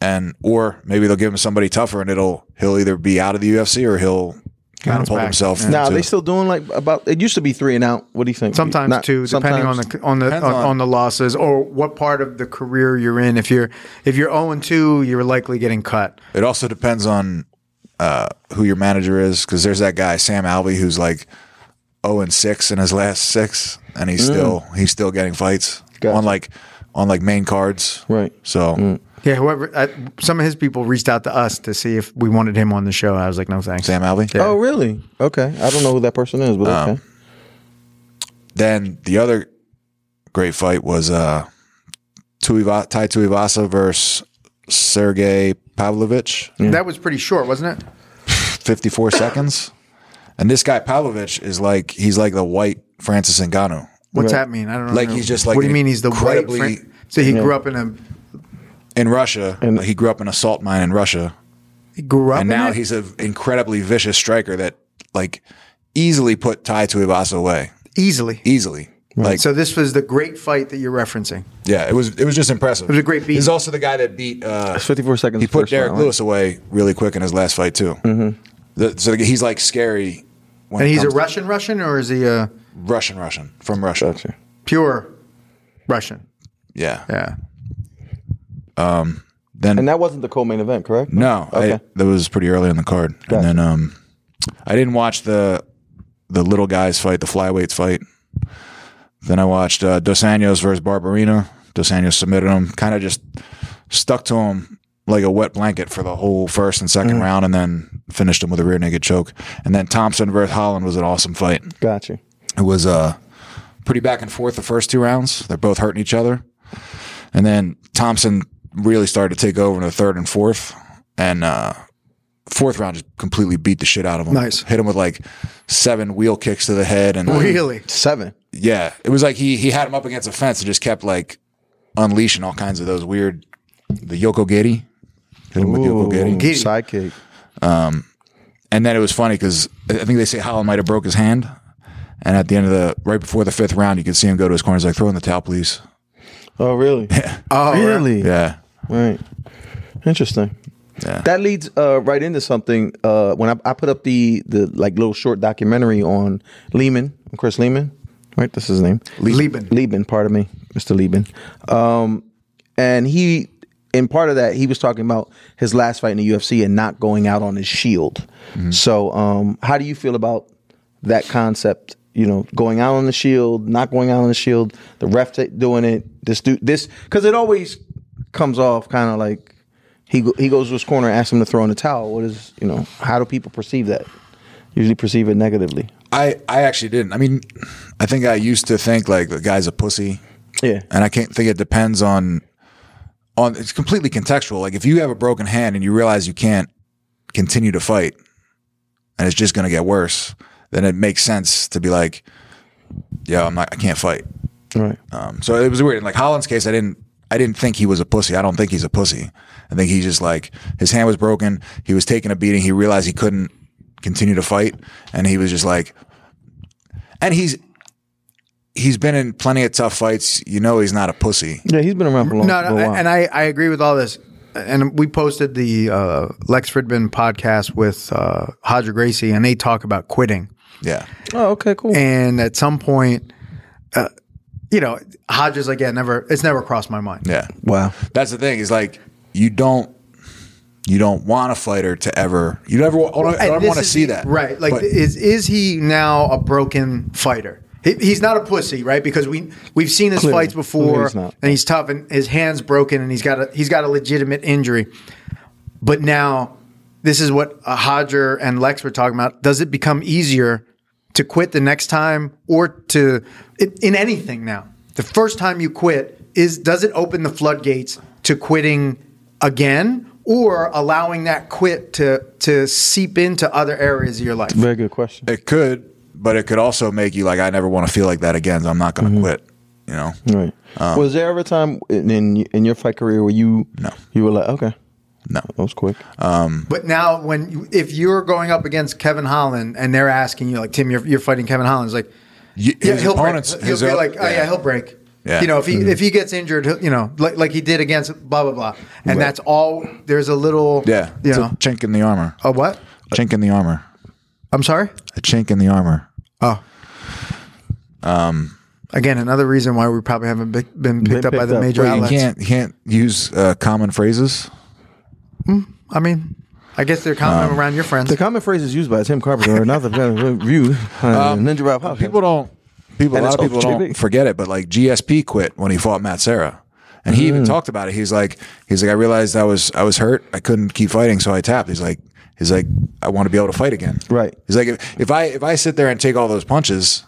S5: and or maybe they'll give him somebody tougher and it'll he'll either be out of the UFC or he'll kind of
S3: Bounce
S5: pull
S3: back.
S5: himself.
S3: Yeah.
S2: Now
S5: into-
S2: they still doing like about. It used to be three and out. What do you think?
S3: Sometimes
S2: Not-
S3: too, depending
S2: sometimes?
S3: on the on the
S5: Depends
S3: on,
S5: on-
S3: on the losses or what part of the career you're in. If you're if you're zero and two, you're likely getting cut.
S5: It also depends on uh, who your manager is, because there's that guy Sam Alvey who's like zero and six in his last six, and he's still he's still getting fights
S2: Mm. Gotcha.
S5: on like on like main cards,
S2: Right. Mm.
S5: So
S3: Yeah, whoever. I, some of his people reached out to us to see if we wanted him on the show. I was like, no thanks.
S5: Sam Alvey.
S2: Oh, really? Okay. I don't know who that person is, but
S5: Um,
S2: okay.
S5: Then the other great fight was uh, Tuiva, Tai Tuivasa versus Sergey Pavlovich,
S3: That was pretty short, wasn't it?
S5: 54 seconds. And this guy Pavlovich is like he's like the white Francis Ngannou.
S3: What's that mean? I don't know.
S5: Like, he's just, like,
S3: What do you mean? He's the white.
S5: incredibly-
S3: Fran- so he grew up in a.
S5: In Russia, he grew up in a salt mine in Russia,
S3: He grew up.
S5: and
S3: in
S5: now
S3: it?
S5: he's an incredibly vicious striker that like easily put Tai Tuivasa away.
S3: easily.
S5: Easily. Like
S3: so this was the great fight that you're referencing.
S5: Yeah, it was it was just impressive. It
S3: was a great beat.
S5: He's also the guy that beat. Uh,
S2: 54 seconds
S5: He put
S2: first round,
S5: Derek
S2: right?
S5: Lewis away really quick in his last fight too. Mm-hmm. The, so he's like scary. When
S3: And
S5: it
S3: he's a
S5: comes to-
S3: Russian, Russian, or is he a
S5: Russian Russian from Russia.
S2: Gotcha.
S3: pure Russian?
S5: Yeah.
S3: Yeah.
S5: Then
S2: And that wasn't the co-main event, correct?
S5: no, I-
S2: Okay.
S5: that was pretty early on the card. And then um, I didn't watch the the little guys fight, the flyweights fight. Then I watched uh, Dos Anjos versus Barbarina. Dos Anjos submitted him, kind of just stuck to him like a wet blanket for the whole first and 2nd round, and then finished him with a rear naked choke. And then Thompson versus Holland was an awesome fight.
S2: Gotcha.
S5: It was uh, pretty back and forth the first two rounds. They're both hurting each other. And then Thompson really started to take over in the third and fourth. And uh, fourth round just completely beat the shit out of him.
S3: Nice.
S5: Hit him with like seven wheel kicks to the head. And
S3: Really?
S2: Seven.
S5: yeah, it was like he, he had him up against a fence and just kept like unleashing all kinds of those weird, the Yoko Gedi. Hit him with Yoko Gedi.
S3: Giddy.
S2: Sidekick.
S5: And then it was funny because I think they say Holland might have broke his hand. And at the end of the right before the fifth round, you could see him go to his corner. He's like, "Throw in the towel, please."
S2: Oh, really?
S3: Oh, right.
S2: really?
S5: Yeah,
S2: Right. Interesting.
S5: Yeah.
S2: That leads uh, right into something. Uh, when I, I put up the the like little short documentary on Lehman, Chris Lehman, right? That's his name.
S3: Lieben.
S2: Lieben, pardon me, Mr. Lieben. Um, and he, in part of that, he was talking about his last fight in the UFC and not going out on his shield. So, um, how do you feel about that concept? You know, going out on the shield, not going out on the shield, the ref ta doing it, this dude, this, because it always comes off kind of like he go- he goes to his corner, asks him to throw in the towel. What is you know? How do people perceive that? Usually perceive it negatively.
S5: I I actually didn't. I mean, I think I used to think like the guy's a pussy,
S2: Yeah,
S5: and I can't think it depends on on. It's completely contextual. Like if you have a broken hand and you realize you can't continue to fight, and it's just going to get worse, then it makes sense to be like, "Yeah, I'm not. I can't fight."
S2: right.
S5: Um, so it was weird. In like Holland's case, I didn't. I didn't think he was a pussy. I don't think he's a pussy. I think he's just like his hand was broken. He was taking a beating. He realized he couldn't continue to fight, and he was just like, and he's he's been in plenty of tough fights. You know, he's not a pussy.
S2: Yeah, he's been around for a long,
S3: No, no
S2: for a while.
S3: and I, I agree with all this. And we posted the uh, Lex Fridman podcast with uh, Hodger Gracie, and they talk about quitting.
S5: Yeah,
S2: oh, okay, cool.
S3: And at some point, uh, you know, Hodges like, yeah, never, it's never crossed my mind.
S5: yeah.
S2: wow.
S5: That's the thing. Is like you don't you don't want a fighter to ever. You never. I don't, I
S3: And
S5: don't
S3: this
S5: want to
S3: is
S5: see
S3: the-
S5: that.
S3: Right. Like,
S5: But-
S3: is is he now a broken fighter? He, he's not a pussy, right? Because we we've seen his
S2: Clearly.
S3: fights before,
S2: Clearly he's not.
S3: and he's tough, and his hands broken, and he's got a he's got a legitimate injury. But now, this is what uh, Hodger and Lex were talking about. Does it become easier to quit the next time, or to in, in anything now? The first time you quit is does it open the floodgates to quitting again, or allowing that quit to to seep into other areas of your life?
S2: Very good question.
S5: It could, but it could also make you like, I never want to feel like that again. So I'm not
S3: Mm-hmm.
S5: going to quit. You know,
S2: Right. was there ever a time in, in in your fight career where you
S5: No.
S2: you were like okay
S5: no.
S2: that was quick
S3: But now, when you, if you're going up against Kevin Holland and they're asking you like Tim, you're, you're fighting Kevin Holland, it's like
S5: Y-
S3: yeah,
S5: his
S3: he'll
S5: opponents-
S3: break.
S5: his
S3: he'll be
S5: o-
S3: like, oh yeah,
S5: yeah.
S3: he'll break.
S5: Yeah.
S3: You know, if he if he gets injured, he'll, you know, like like he did against blah blah blah,
S2: Right.
S3: and that's all. There's a little
S5: Yeah.
S3: you
S5: It's a
S3: know,
S5: chink in the armor.
S3: a what?
S5: Chink in the armor.
S3: I'm sorry.
S5: A chink in the armor.
S3: Oh. Um. Again, another reason why we probably haven't be- been picked up by
S2: picked
S3: the
S2: up.
S3: major
S5: Wait, you
S3: outlets.
S5: can't, you can't use uh, common phrases.
S3: I mean, I guess they're common around your friends.
S2: the common phrase is used by Tim Carpenter another review um, Ninja Rob Podcast.
S5: People don't, people, a
S2: And
S5: lot
S2: it's
S5: of people
S2: OGB.
S5: don't forget it, but like GSP quit when he fought Matt Sarah. And he
S2: Mm.
S5: even talked about it. He's like, he's like, I realized I was I was hurt. I couldn't keep fighting, so I tapped. He's like, he's like, I want to be able to fight again.
S2: Right.
S5: He's like, if, if I if I sit there and take all those punches,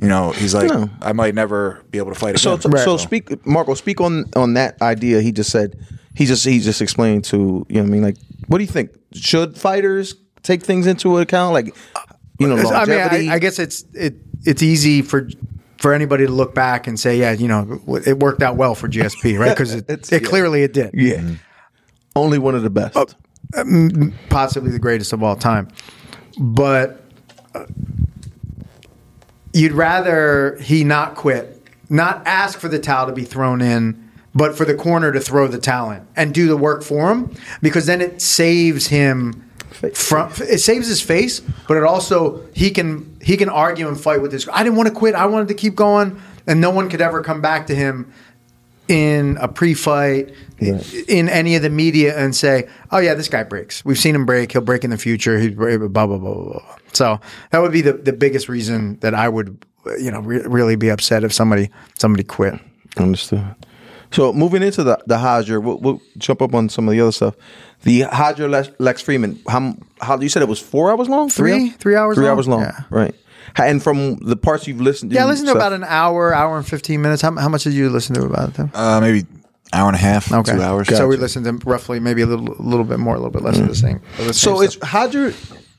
S5: you know, he's like,
S2: No.
S5: I might never be able to fight
S2: So,
S5: again.
S2: so- so speak, Marco. Speak on on that idea. He just said he just he just explained to you know what I mean. Like, what do you think? Should fighters take things into account? Like, you know,
S3: I mean,
S2: longevity.
S3: I, I guess it's it it's easy for for anybody to look back and say, yeah, you know, it worked out well for GSP, right? Because it,
S2: It's-
S3: it
S2: yeah.
S3: clearly it did.
S2: yeah, only one of the best.
S3: possibly the greatest of all time. But uh, you'd rather he not quit, not ask for the towel to be thrown in, but for the corner to throw the towel in and do the work for him because then it saves him from it saves his face, but it also he can he can argue and fight with his I didn't want to quit, I wanted to keep going and no one could ever come back to him in a pre-fight in any of the media and say, "Oh yeah, this guy breaks. We've seen him break. He'll break in the future. He's bra- blah blah blah blah." blah. So that would be the, the biggest reason that I would, you know, re- really be upset if somebody somebody quit.
S2: Understood. So moving into the the Hodger, we'll, we'll jump up on some of the other stuff. The Hodger Lex, Lex Freeman. How m- how you said it was four hours long?
S3: Three- three hours
S2: Three
S3: long?
S2: hours long.
S3: Yeah.
S2: Right. Ha- And from the parts you've listened, to
S3: Yeah, I listened to
S2: stuff-
S3: about an hour, hour and fifteen minutes. How, how much did you listen to about them?
S5: uh, maybe hour and a half,
S3: Okay,
S5: two hours.
S3: So we listened to roughly maybe a little little bit more, a little bit less of the same. of the same
S2: So
S3: stuff.
S2: it's Hodger.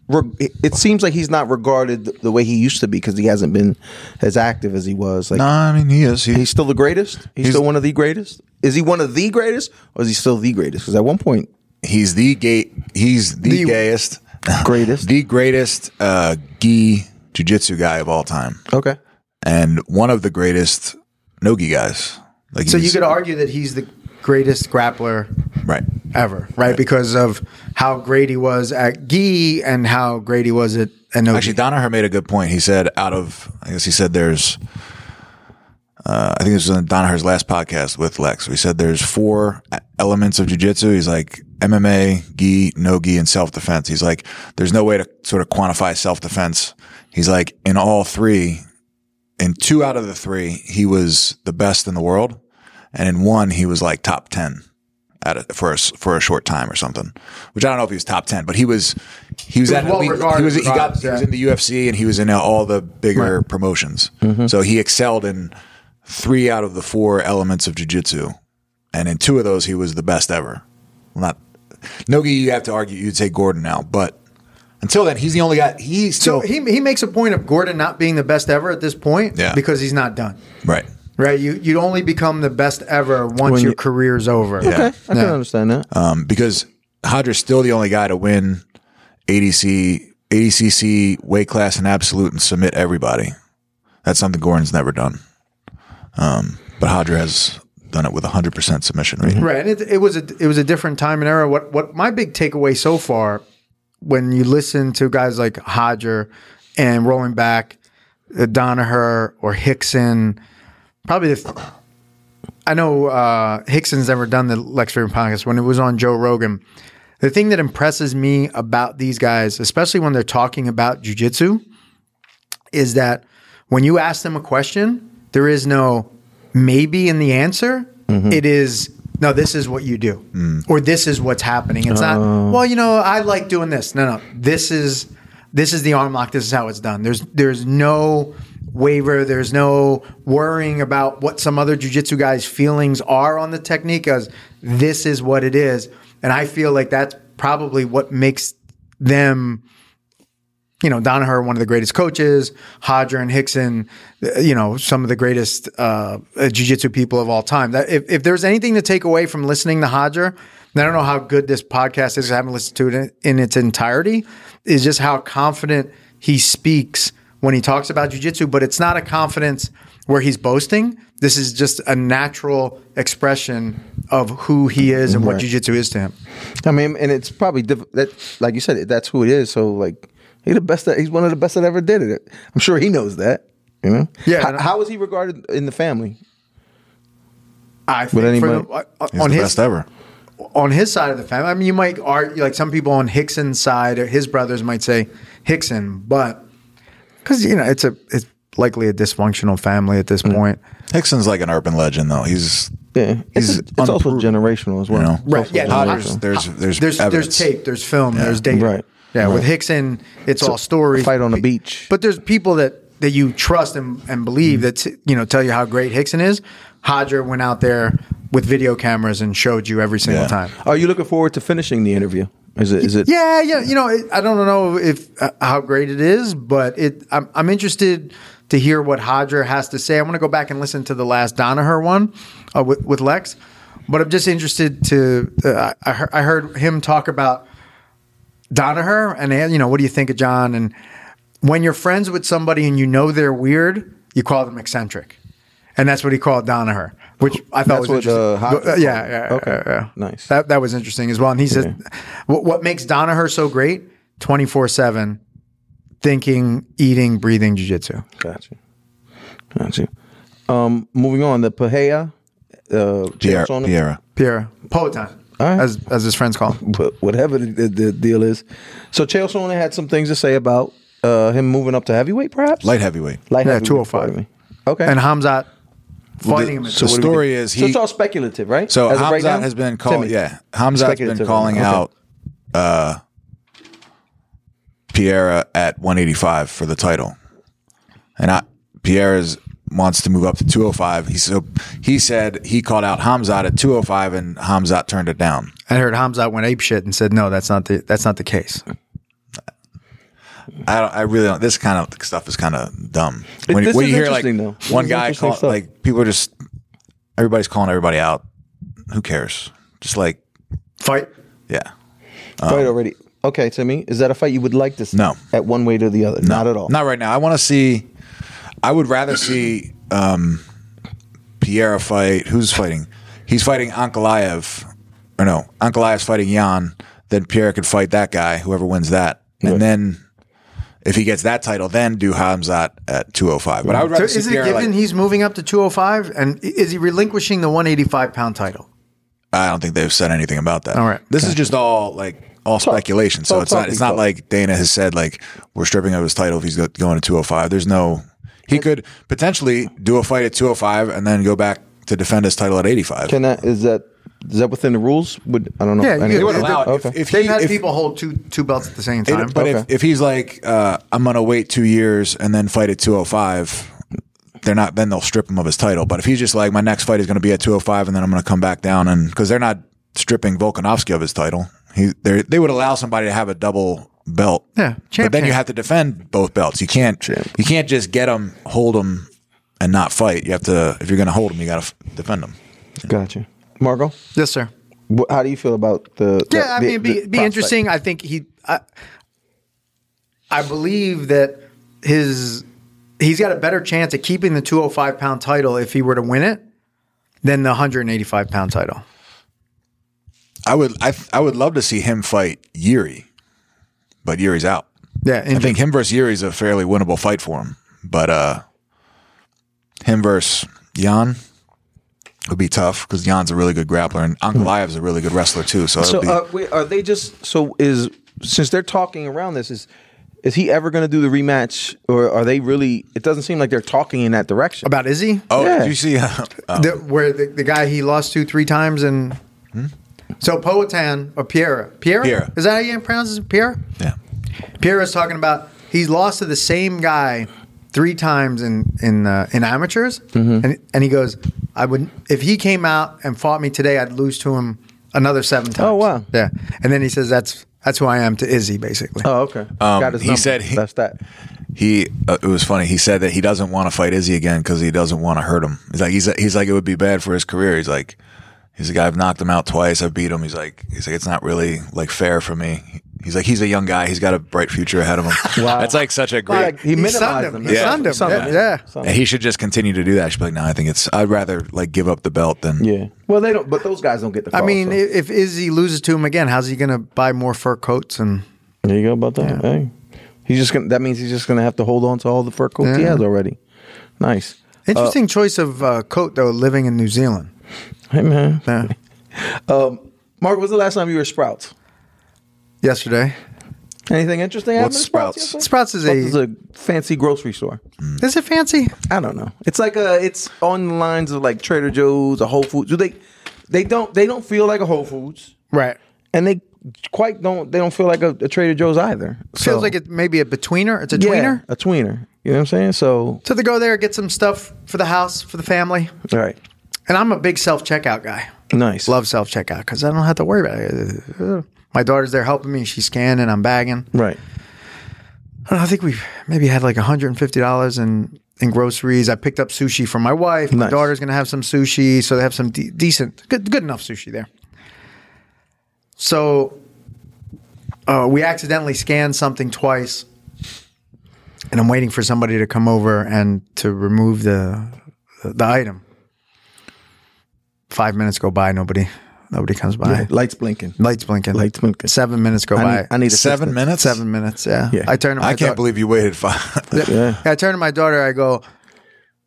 S2: re- It seems like he's not regarded th- the way he used to be because he hasn't been as active as he was. Like
S5: No, I mean he is. He,
S2: he's still the greatest. He's, still one of the greatest. Is he one of the greatest, or is he still the greatest? Because at one point,
S5: he's the gay. He's the,
S3: The-
S5: gayest,
S2: Greatest.
S5: the greatest uh, gi jujitsu guy of all time,
S2: okay,
S5: and one of the greatest no gi guys. Like
S3: so you
S5: he's-
S3: could argue that he's the greatest grappler
S5: right.
S3: ever, right? Because of how great he was at gi and how great he was at and
S5: Actually, Donaher made a good point. He said, out of, I guess he said there's, uh, I think this was in Donaher's last podcast with Lex. We said there's four elements of jujitsu. He's like MMA, gi, no gi, and self defense. He's like, there's no way to sort of quantify self defense. He's like, in all three, in two out of the three, he was the best in the world. And in one, he was like top 10 at a, for a, s- for a short time or something, which I don't know if he was top 10, but he was, he was,
S3: was
S5: at
S3: well
S5: elite-
S3: regarded
S5: he was, he got,
S3: regardless,
S5: he was
S3: yeah.
S5: in the UFC and he was in all the bigger promotions. So he excelled in three out of the four elements of jujitsu. And in two of those, he was the best ever. Well, not Nogi, you have to argue, you'd say Gordon now, but until then, he's the only guy. He
S3: So
S5: still,
S3: he, he makes a point of Gordon not being the best ever at this point
S5: Yeah.
S3: because he's not done.
S5: right.
S3: Right? You you only become the best ever once
S2: When
S3: your
S2: you-
S3: career's over.
S2: okay, I can understand that.
S5: um, because Hodger's still the only guy to win ADC, ADCC weight class and absolute and submit everybody. That's something Gordon's never done. Um, but Hodger has done it with a hundred percent submission
S2: Mm-hmm.
S5: rate.
S3: Right. And it, it was a it was a different time and era. What what my big takeaway so far when you listen to guys like Hodger and rolling back uh, Donaher or Hickson, probably the th- I know uh, Hickson's never done the Lex Friedman podcast when it was on Joe Rogan. The thing that impresses me about these guys, especially when they're talking about jujitsu, is that when you ask them a question, there is no maybe in the answer. It is no, this is what you do, or this is what's happening. It's not well, you know, I like doing this. No, no, this is this is the arm lock. This is how it's done. There's there's no waiver. There's no worrying about what some other jujitsu guys' feelings are on the technique. As this is what it is, and I feel like that's probably what makes them you know, Donaher, one of the greatest coaches, Hodger and Hickson, uh, you know, some of the greatest uh, uh, jujitsu people of all time. That if, if there's anything to take away from listening to Hodger, and I don't know how good this podcast is. I haven't listened to it in, in its entirety. Is just how confident he speaks when he talks about jujitsu, but it's not a confidence where he's boasting. This is just a natural expression of who he is and what jujitsu is to him.
S2: I mean, and it's probably diff- that, like you said, that's who it is. So, like, he the best. That, he's one of the best that ever did it. I'm sure he knows that. You know.
S3: Yeah,
S2: How,
S3: and-
S2: how is he regarded in the family?
S3: I think for
S2: anybody-
S3: the- uh,
S5: He's the best ever.
S3: on his side of the family. I mean, you might argue like some people on Hickson's side, or his brothers might say Hickson, but because you know
S2: Mm.
S3: it's a it's likely a dysfunctional family at this point.
S5: Hickson's like an urban legend, though. He's
S2: Yeah, it's,
S5: He's
S2: it's also
S5: unpro-
S2: generational as well.
S5: you know?
S2: It's
S3: Right,
S2: also
S3: yeah, no,
S2: generational.
S3: I-
S5: There's there's there's
S3: There's
S5: evidence.
S3: there's tape, there's film, there's data.
S2: Right.
S3: Yeah,
S2: Right.
S3: with Hickson, it's all story.
S2: fight on the beach. Mm.
S3: But there's people that that you trust and, and believe that t- you know tell you how great Hickson is. Hodger went out there with video cameras and showed you every single
S5: Yeah.
S3: time.
S2: Are you looking forward to finishing the interview? Is it? Is it?
S3: Yeah, yeah. You know, it, I don't know if uh, how great it is, but it. I'm, I'm interested to hear what Hodger has to say. I want to go back and listen to the last Donaher one uh, with with Lex, but I'm just interested to. Uh, I, heard, I heard him talk about Donaher and uh, you know what do you think of John? And when you're friends with somebody and you know they're weird, you call them eccentric, and that's what he called Donaher, which I thought
S2: That's
S3: was
S2: what, uh,
S3: interesting.
S2: Hodger
S3: Uh, yeah,
S2: called
S3: yeah,
S2: it.
S3: yeah,
S2: Okay.
S3: yeah, yeah.
S2: Nice.
S3: That that was interesting as well. And he said, "What what makes Donaher so great? Twenty four seven, thinking, eating, breathing, jujitsu.
S2: Gotcha. Gotcha. Um, moving on, the Pahea. Uh,
S5: Pierre,
S2: chance on it?
S5: Pierre.
S3: Pierre Poetan,
S2: right.
S3: as as his friends call him.
S2: but whatever the, the, the deal is. So Chael Sonnen had some things to say about uh, him moving up to heavyweight, perhaps
S5: light heavyweight.
S2: light
S3: Yeah,
S2: heavyweight,
S3: 205.
S2: pardon me. Okay,
S3: and Hamzat
S5: the-
S3: fighting him. At
S5: so
S3: so
S5: what-
S2: What do we
S5: story
S2: do?
S5: is
S2: so
S5: he-
S2: it's all speculative, right?
S5: So
S2: As of
S5: Hamzat
S2: right now?
S5: has been calling.
S2: Timmy.
S5: Yeah, Hamzat's
S2: Speculative,
S5: been calling
S2: okay.
S5: out uh, Pierre at 185 for the title, and I, Pierre is, wants to move up to 205. He so he said he called out Hamzat at 205, and Hamzat turned it down.
S3: I heard Hamzat went ape shit and said, "No, that's not the that's not the case."
S5: I don't, I really don't. This kind of stuff is kind of dumb.
S2: It-
S5: When,
S2: this
S5: when
S2: is
S5: you hear like
S2: interesting, though. This
S5: one
S2: is
S5: guy
S2: interesting
S5: call,
S2: stuff.
S5: like people are just everybody's calling everybody out. Who cares? Just like
S3: Fight.
S5: yeah,
S2: fight already. Okay, Timmy, is that a fight you would like to see?
S5: No.
S2: at one way or the other? Not at all.
S5: Not right now. I want to see. I would rather see um, Pierre fight. Who's fighting? He's fighting Ankalaev, or no? Ankalaev's fighting Jan. Then Pierre could fight that guy. Whoever wins that, and then if he gets that title, then do Hamzat at two hundred five. But I would
S3: So
S5: rather
S3: is
S5: see
S3: it
S5: Pierre.
S3: given
S5: Like,
S3: he's moving up to 205 and i- is he relinquishing the 185 pound title?
S5: I don't think they've said anything about that.
S3: All right.
S5: This is just all like. All speculation, so
S2: Talk,
S5: it's not.
S2: talk,
S5: It's not
S2: talk.
S5: like Dana has said like we're stripping of his title if he's go- going to two hundred five. There's no. He could potentially do a fight at two hundred five and then go back to defend his title at eighty five.
S2: Can that is that is that within the rules? Would I don't know.
S3: Yeah,
S2: Any-
S3: you-
S5: They would
S3: Yeah,
S5: allow it if,
S2: okay.
S5: if
S3: They've
S5: he,
S3: had
S5: if-
S3: people hold two two belts at the same
S5: it-
S3: time.
S5: but
S2: Okay.
S5: if, if he's like uh, I'm gonna wait two years and then fight at two hundred five. They're not. Then they'll strip him of his title. But if he's just like, my next fight is going to be at 205, and then I'm going to come back down, and because they're not stripping Volkanovski of his title, he they they would allow somebody to have a double belt.
S3: Yeah,
S5: but
S3: champ,
S5: then you
S3: champ.
S5: have to defend both belts. You can't you can't just get them, hold them, and not fight. You have to if you're going to hold them, you got to f- defend them.
S2: Gotcha, Margot.
S3: yes, sir.
S2: wh- How do you feel about the? the-
S3: Yeah, I
S2: the-
S3: mean, it'd be,
S2: the
S3: it'd be
S2: prospect?
S3: interesting. I think he, I, I believe that his he's got a better chance at keeping the 205 pound title if he were to win it than the 185 pound title.
S5: I would I th- I would love to see him fight Yuri, but Yuri's out.
S3: Yeah,
S5: I
S3: and
S5: think him versus Yuri is a fairly winnable fight for him, but uh, him versus Jan would be tough because Jan's a really good grappler and Uncle Ives a really good wrestler too. So,
S2: Hmm. So
S5: it'll be,
S2: uh, wait, are they just so is since they're talking around this is is he ever going to do the rematch or are they really? It doesn't seem like they're talking in that direction.
S3: about Izzy,
S5: oh,
S2: yeah.
S5: did you see? Uh, uh,
S3: the, where the, the guy he lost to three times and.
S5: Hmm?
S3: So Poetan or Piera, Piera,
S5: Piera.
S3: is that how you pronounce it? Piera.
S5: yeah,
S3: Pierre's talking about he's lost to the same guy three times in in uh, in amateurs,
S2: Mm-hmm.
S3: and and he goes, I would if he came out and fought me today, I'd lose to him another seven times.
S2: Oh, wow.
S3: yeah. And then he says that's that's who I am to Izzy, basically.
S2: Oh, okay. Got his
S5: he
S2: number.
S5: said he-
S2: that's that.
S5: he. Uh, it was funny. He said that he doesn't want to fight Izzy again because he doesn't want to hurt him. He's like he's he's like it would be bad for his career. He's like he's like I've knocked him out twice. I've beat him. He's like he's like it's not really like fair for me. He's like he's a young guy. He's got a bright future ahead of him.
S2: Wow.
S5: That's like such a great.
S2: Like, he
S3: He
S2: minimized
S3: sunned
S2: him.
S3: him. He
S5: sunned
S3: him.
S2: Sunned
S3: Yeah. Yeah.
S2: Sunned
S5: And he should just continue to do that. She'd be like, no, I think it's, I'd rather like give up the belt than.
S2: Yeah. Well, they don't. But those guys don't get the.
S3: I
S2: call,
S3: mean,
S2: so.
S3: i- if Izzy loses to him again, how's he going to buy more fur coats? And
S2: there you go about that. Hey, he's just gonna. That means he's just gonna have to hold on to all the fur coats he
S3: Yeah.
S2: has already. Nice.
S3: interesting choice of uh, coat though, living in New Zealand. Uh,
S2: Hey man,
S3: Yeah.
S2: Mark, was the last time you were at Sprouts?
S3: Yesterday,
S2: Anything interesting? happened at
S5: Sprouts?
S2: yesterday?
S3: Sprouts is
S2: Sprouts is
S3: a
S2: a fancy grocery store.
S3: is it fancy?
S2: I don't know. It's like a. It's on the lines of like Trader Joe's or Whole Foods. Do they? They don't. They don't feel like a Whole Foods,
S3: Right.
S2: and they quite don't. They don't feel like a, a Trader Joe's either.
S3: Feels
S2: So-
S3: like it's maybe a betweener. It's a
S2: Yeah,
S3: tweener.
S2: a tweener. You know what I'm saying? So,
S3: So they go there, get some stuff for the house, for the family.
S2: all right,
S3: And I'm a big self checkout guy.
S2: nice.
S3: Love self checkout because I don't have to worry about it. My daughter's there helping me. She's scanning. I'm bagging.
S2: Right.
S3: I, don't know, I think we maybe had like $150 in, in groceries. I picked up sushi for my wife. My
S2: Nice.
S3: daughter's going to have some sushi. So they have some de- decent, good, good enough sushi there. So uh, we accidentally scanned something twice. And I'm waiting for somebody to come over and to remove the the item. Five minutes go by, nobody nobody comes by.
S2: Lights blinking.
S3: Lights blinking.
S2: Lights blinking.
S3: Seven minutes go
S2: I
S3: by.
S2: need, I need a
S5: Seven
S2: system.
S5: minutes.
S3: Seven minutes, yeah.
S2: Yeah.
S3: I turn. to my
S5: I can't
S3: dau-
S5: believe you waited five.
S2: Yeah.
S3: I turn to my daughter. I go,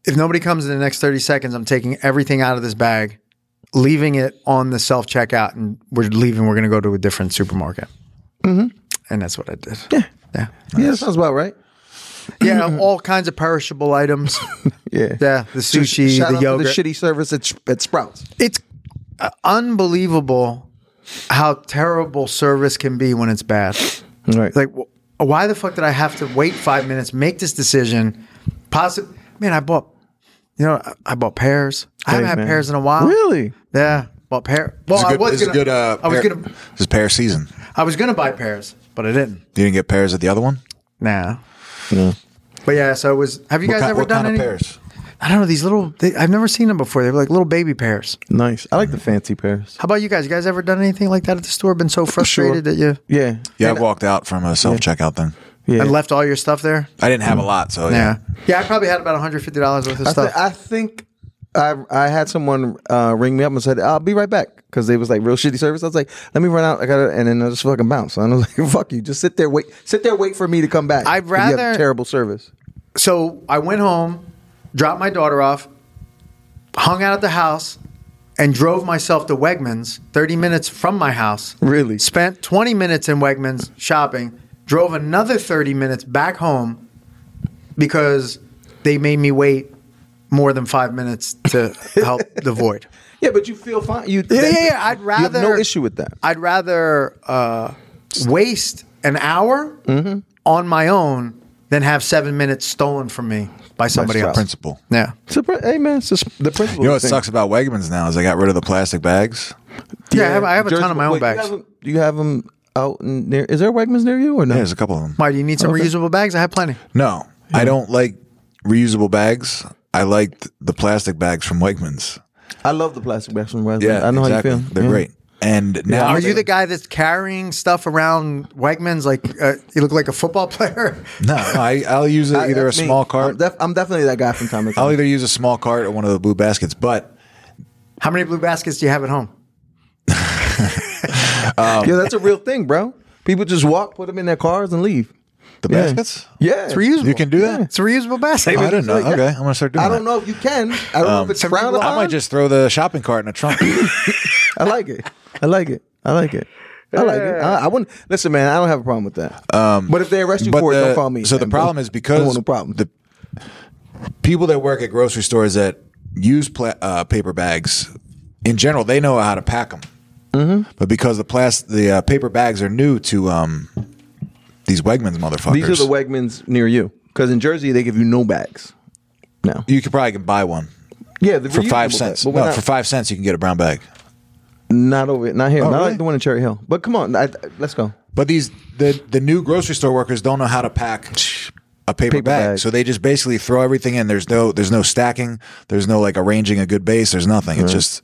S3: if nobody comes in the next thirty seconds, I'm taking everything out of this bag, leaving it on the self checkout, and we're leaving. We're going to go to a different supermarket. Mm-hmm. And that's what I did. Yeah, yeah,
S2: Yeah, that sounds about right.
S3: yeah. all kinds of perishable items.
S2: Yeah.
S3: Yeah, the sushi,
S2: Shout out
S3: the
S2: to
S3: yogurt.
S2: the shitty service at, at Sprouts.
S3: it's uh, unbelievable how terrible service can be when it's bad.
S2: Right.
S3: It's like, wh- why the fuck did I have to wait five minutes, make this decision? Possibly, man, I bought, you know, I- I bought pears. I haven't
S2: Hey,
S3: had
S2: man.
S3: pears in a while.
S2: Really?
S3: Yeah, bought pear. Well,
S5: It's a
S3: I
S5: good,
S3: was
S5: it's a
S3: gonna,
S5: good, uh,
S3: I was
S5: pear-
S3: gonna,
S5: This is pear season.
S3: I was gonna buy pears, but I didn't.
S5: You didn't get pears at the other one.
S3: Nah. But yeah, so it was. Have you guys
S5: what ki-
S3: ever
S5: what
S3: done
S5: kind
S3: any?
S5: of pears?
S3: I don't know these little. They, I've never seen them before. They were like little baby pears.
S2: Nice. I like the fancy pairs.
S3: How about you guys? You guys ever done anything like that at the store? Been so frustrated that you
S2: Yeah.
S5: Yeah, I walked out from a self checkout thing.
S2: Yeah.
S3: and left all your stuff there?
S5: I didn't
S2: Mm.
S5: have a lot, so yeah.
S3: Yeah. Yeah, I probably had about $150 worth of
S2: I,
S3: stuff.
S2: thi- I think I I had someone uh, ring me up and said I'll be right back because they was like real shitty service. I was like, let me run out. I got to and then I just fucking bounce. And I was like, fuck you, just sit there, wait, sit there, wait for me to come back.
S3: I'd
S2: 'Cause you have
S3: rather-
S2: terrible service.
S3: so I went home, dropped my daughter off, hung out at the house, and drove myself to Wegmans, 30 minutes from my house.
S2: Really?
S3: Spent 20 minutes in Wegmans shopping, drove another 30 minutes back home because they made me wait more than five minutes to help the void.
S2: Yeah, but you feel fine. You
S3: Yeah, yeah, yeah. I'd
S2: you have
S3: rather
S2: no issue with that.
S3: I'd rather uh, waste an hour on my own than have seven minutes stolen from me by somebody
S2: By
S3: else.
S5: Principle.
S3: Yeah,
S2: It's a, pr- hey man, it's just the principle.
S5: You know what
S2: thing.
S5: sucks about Wegmans now is they got rid of the plastic bags.
S3: yeah. I have, I have a
S2: Jersey-
S3: ton of my
S2: wait,
S3: own bags.
S2: You have, 'em- do you have them out in near? Is there a Wegmans near you or no?
S5: Yeah, there's a couple of them.
S3: Why do you need some reusable bags? I have plenty.
S5: No, I don't like reusable bags. I liked the plastic bags from Wegmans.
S2: I love the plastic bags from Wegmans. I know how you feel.
S5: They're
S2: Yeah.
S5: great. And now
S3: Are you the guy that's carrying stuff around Wegmans like uh, you look like a football player?
S5: No, no, I, I'll use it
S2: I-
S5: either a
S2: that's me.
S5: small
S2: I'm,
S5: cart.
S2: def- I'm definitely that guy from time to time.
S5: I'll either use a small cart or one of the blue baskets. But
S3: How many blue baskets do you have at home?
S2: yeah, that's a real thing, bro. People just walk, put them in their cars, and leave.
S5: the
S2: Yeah.
S5: baskets,
S2: Yeah,
S3: It's reusable.
S5: you can do that.
S3: It's a reusable basket.
S5: I didn't know.
S2: like,
S5: okay, I'm gonna start doing.
S2: I don't
S5: that.
S2: know if you can. I don't know if it's frowned upon.
S5: Um, I might just throw the shopping cart in a trunk.
S2: I like it. I like it. I like it. I like it. I, I wouldn't listen, man. I don't have a problem with that. Um, but if they arrest you
S5: but
S2: for it,
S5: the-
S2: don't call me.
S5: So the
S2: man.
S5: problem is
S2: I don't
S5: because
S2: want no problem.
S5: the people that work at grocery stores that use pla- uh, paper bags in general, they know how to pack them.
S2: Mm-hmm.
S5: But because the plas- the uh, paper bags are new to um, these Wegmans motherfuckers,
S2: These are the Wegmans near you, because in Jersey they give you no bags. No.
S5: you could probably can buy one
S2: Yeah, the
S5: for
S2: reusable
S5: five
S2: bag,
S5: cents.
S2: but
S5: No,
S2: we're not,
S5: for five cents you can get a brown bag.
S2: Not over. Not here. not
S5: really?
S2: like the one in Cherry Hill. But come on, I, I- let's go.
S5: But these the the new grocery store workers don't know how to pack a paper,
S2: Paper
S5: bag.
S2: bag.
S5: so they just basically throw everything in. There's no there's no stacking. There's no like arranging a good base. There's nothing. It's just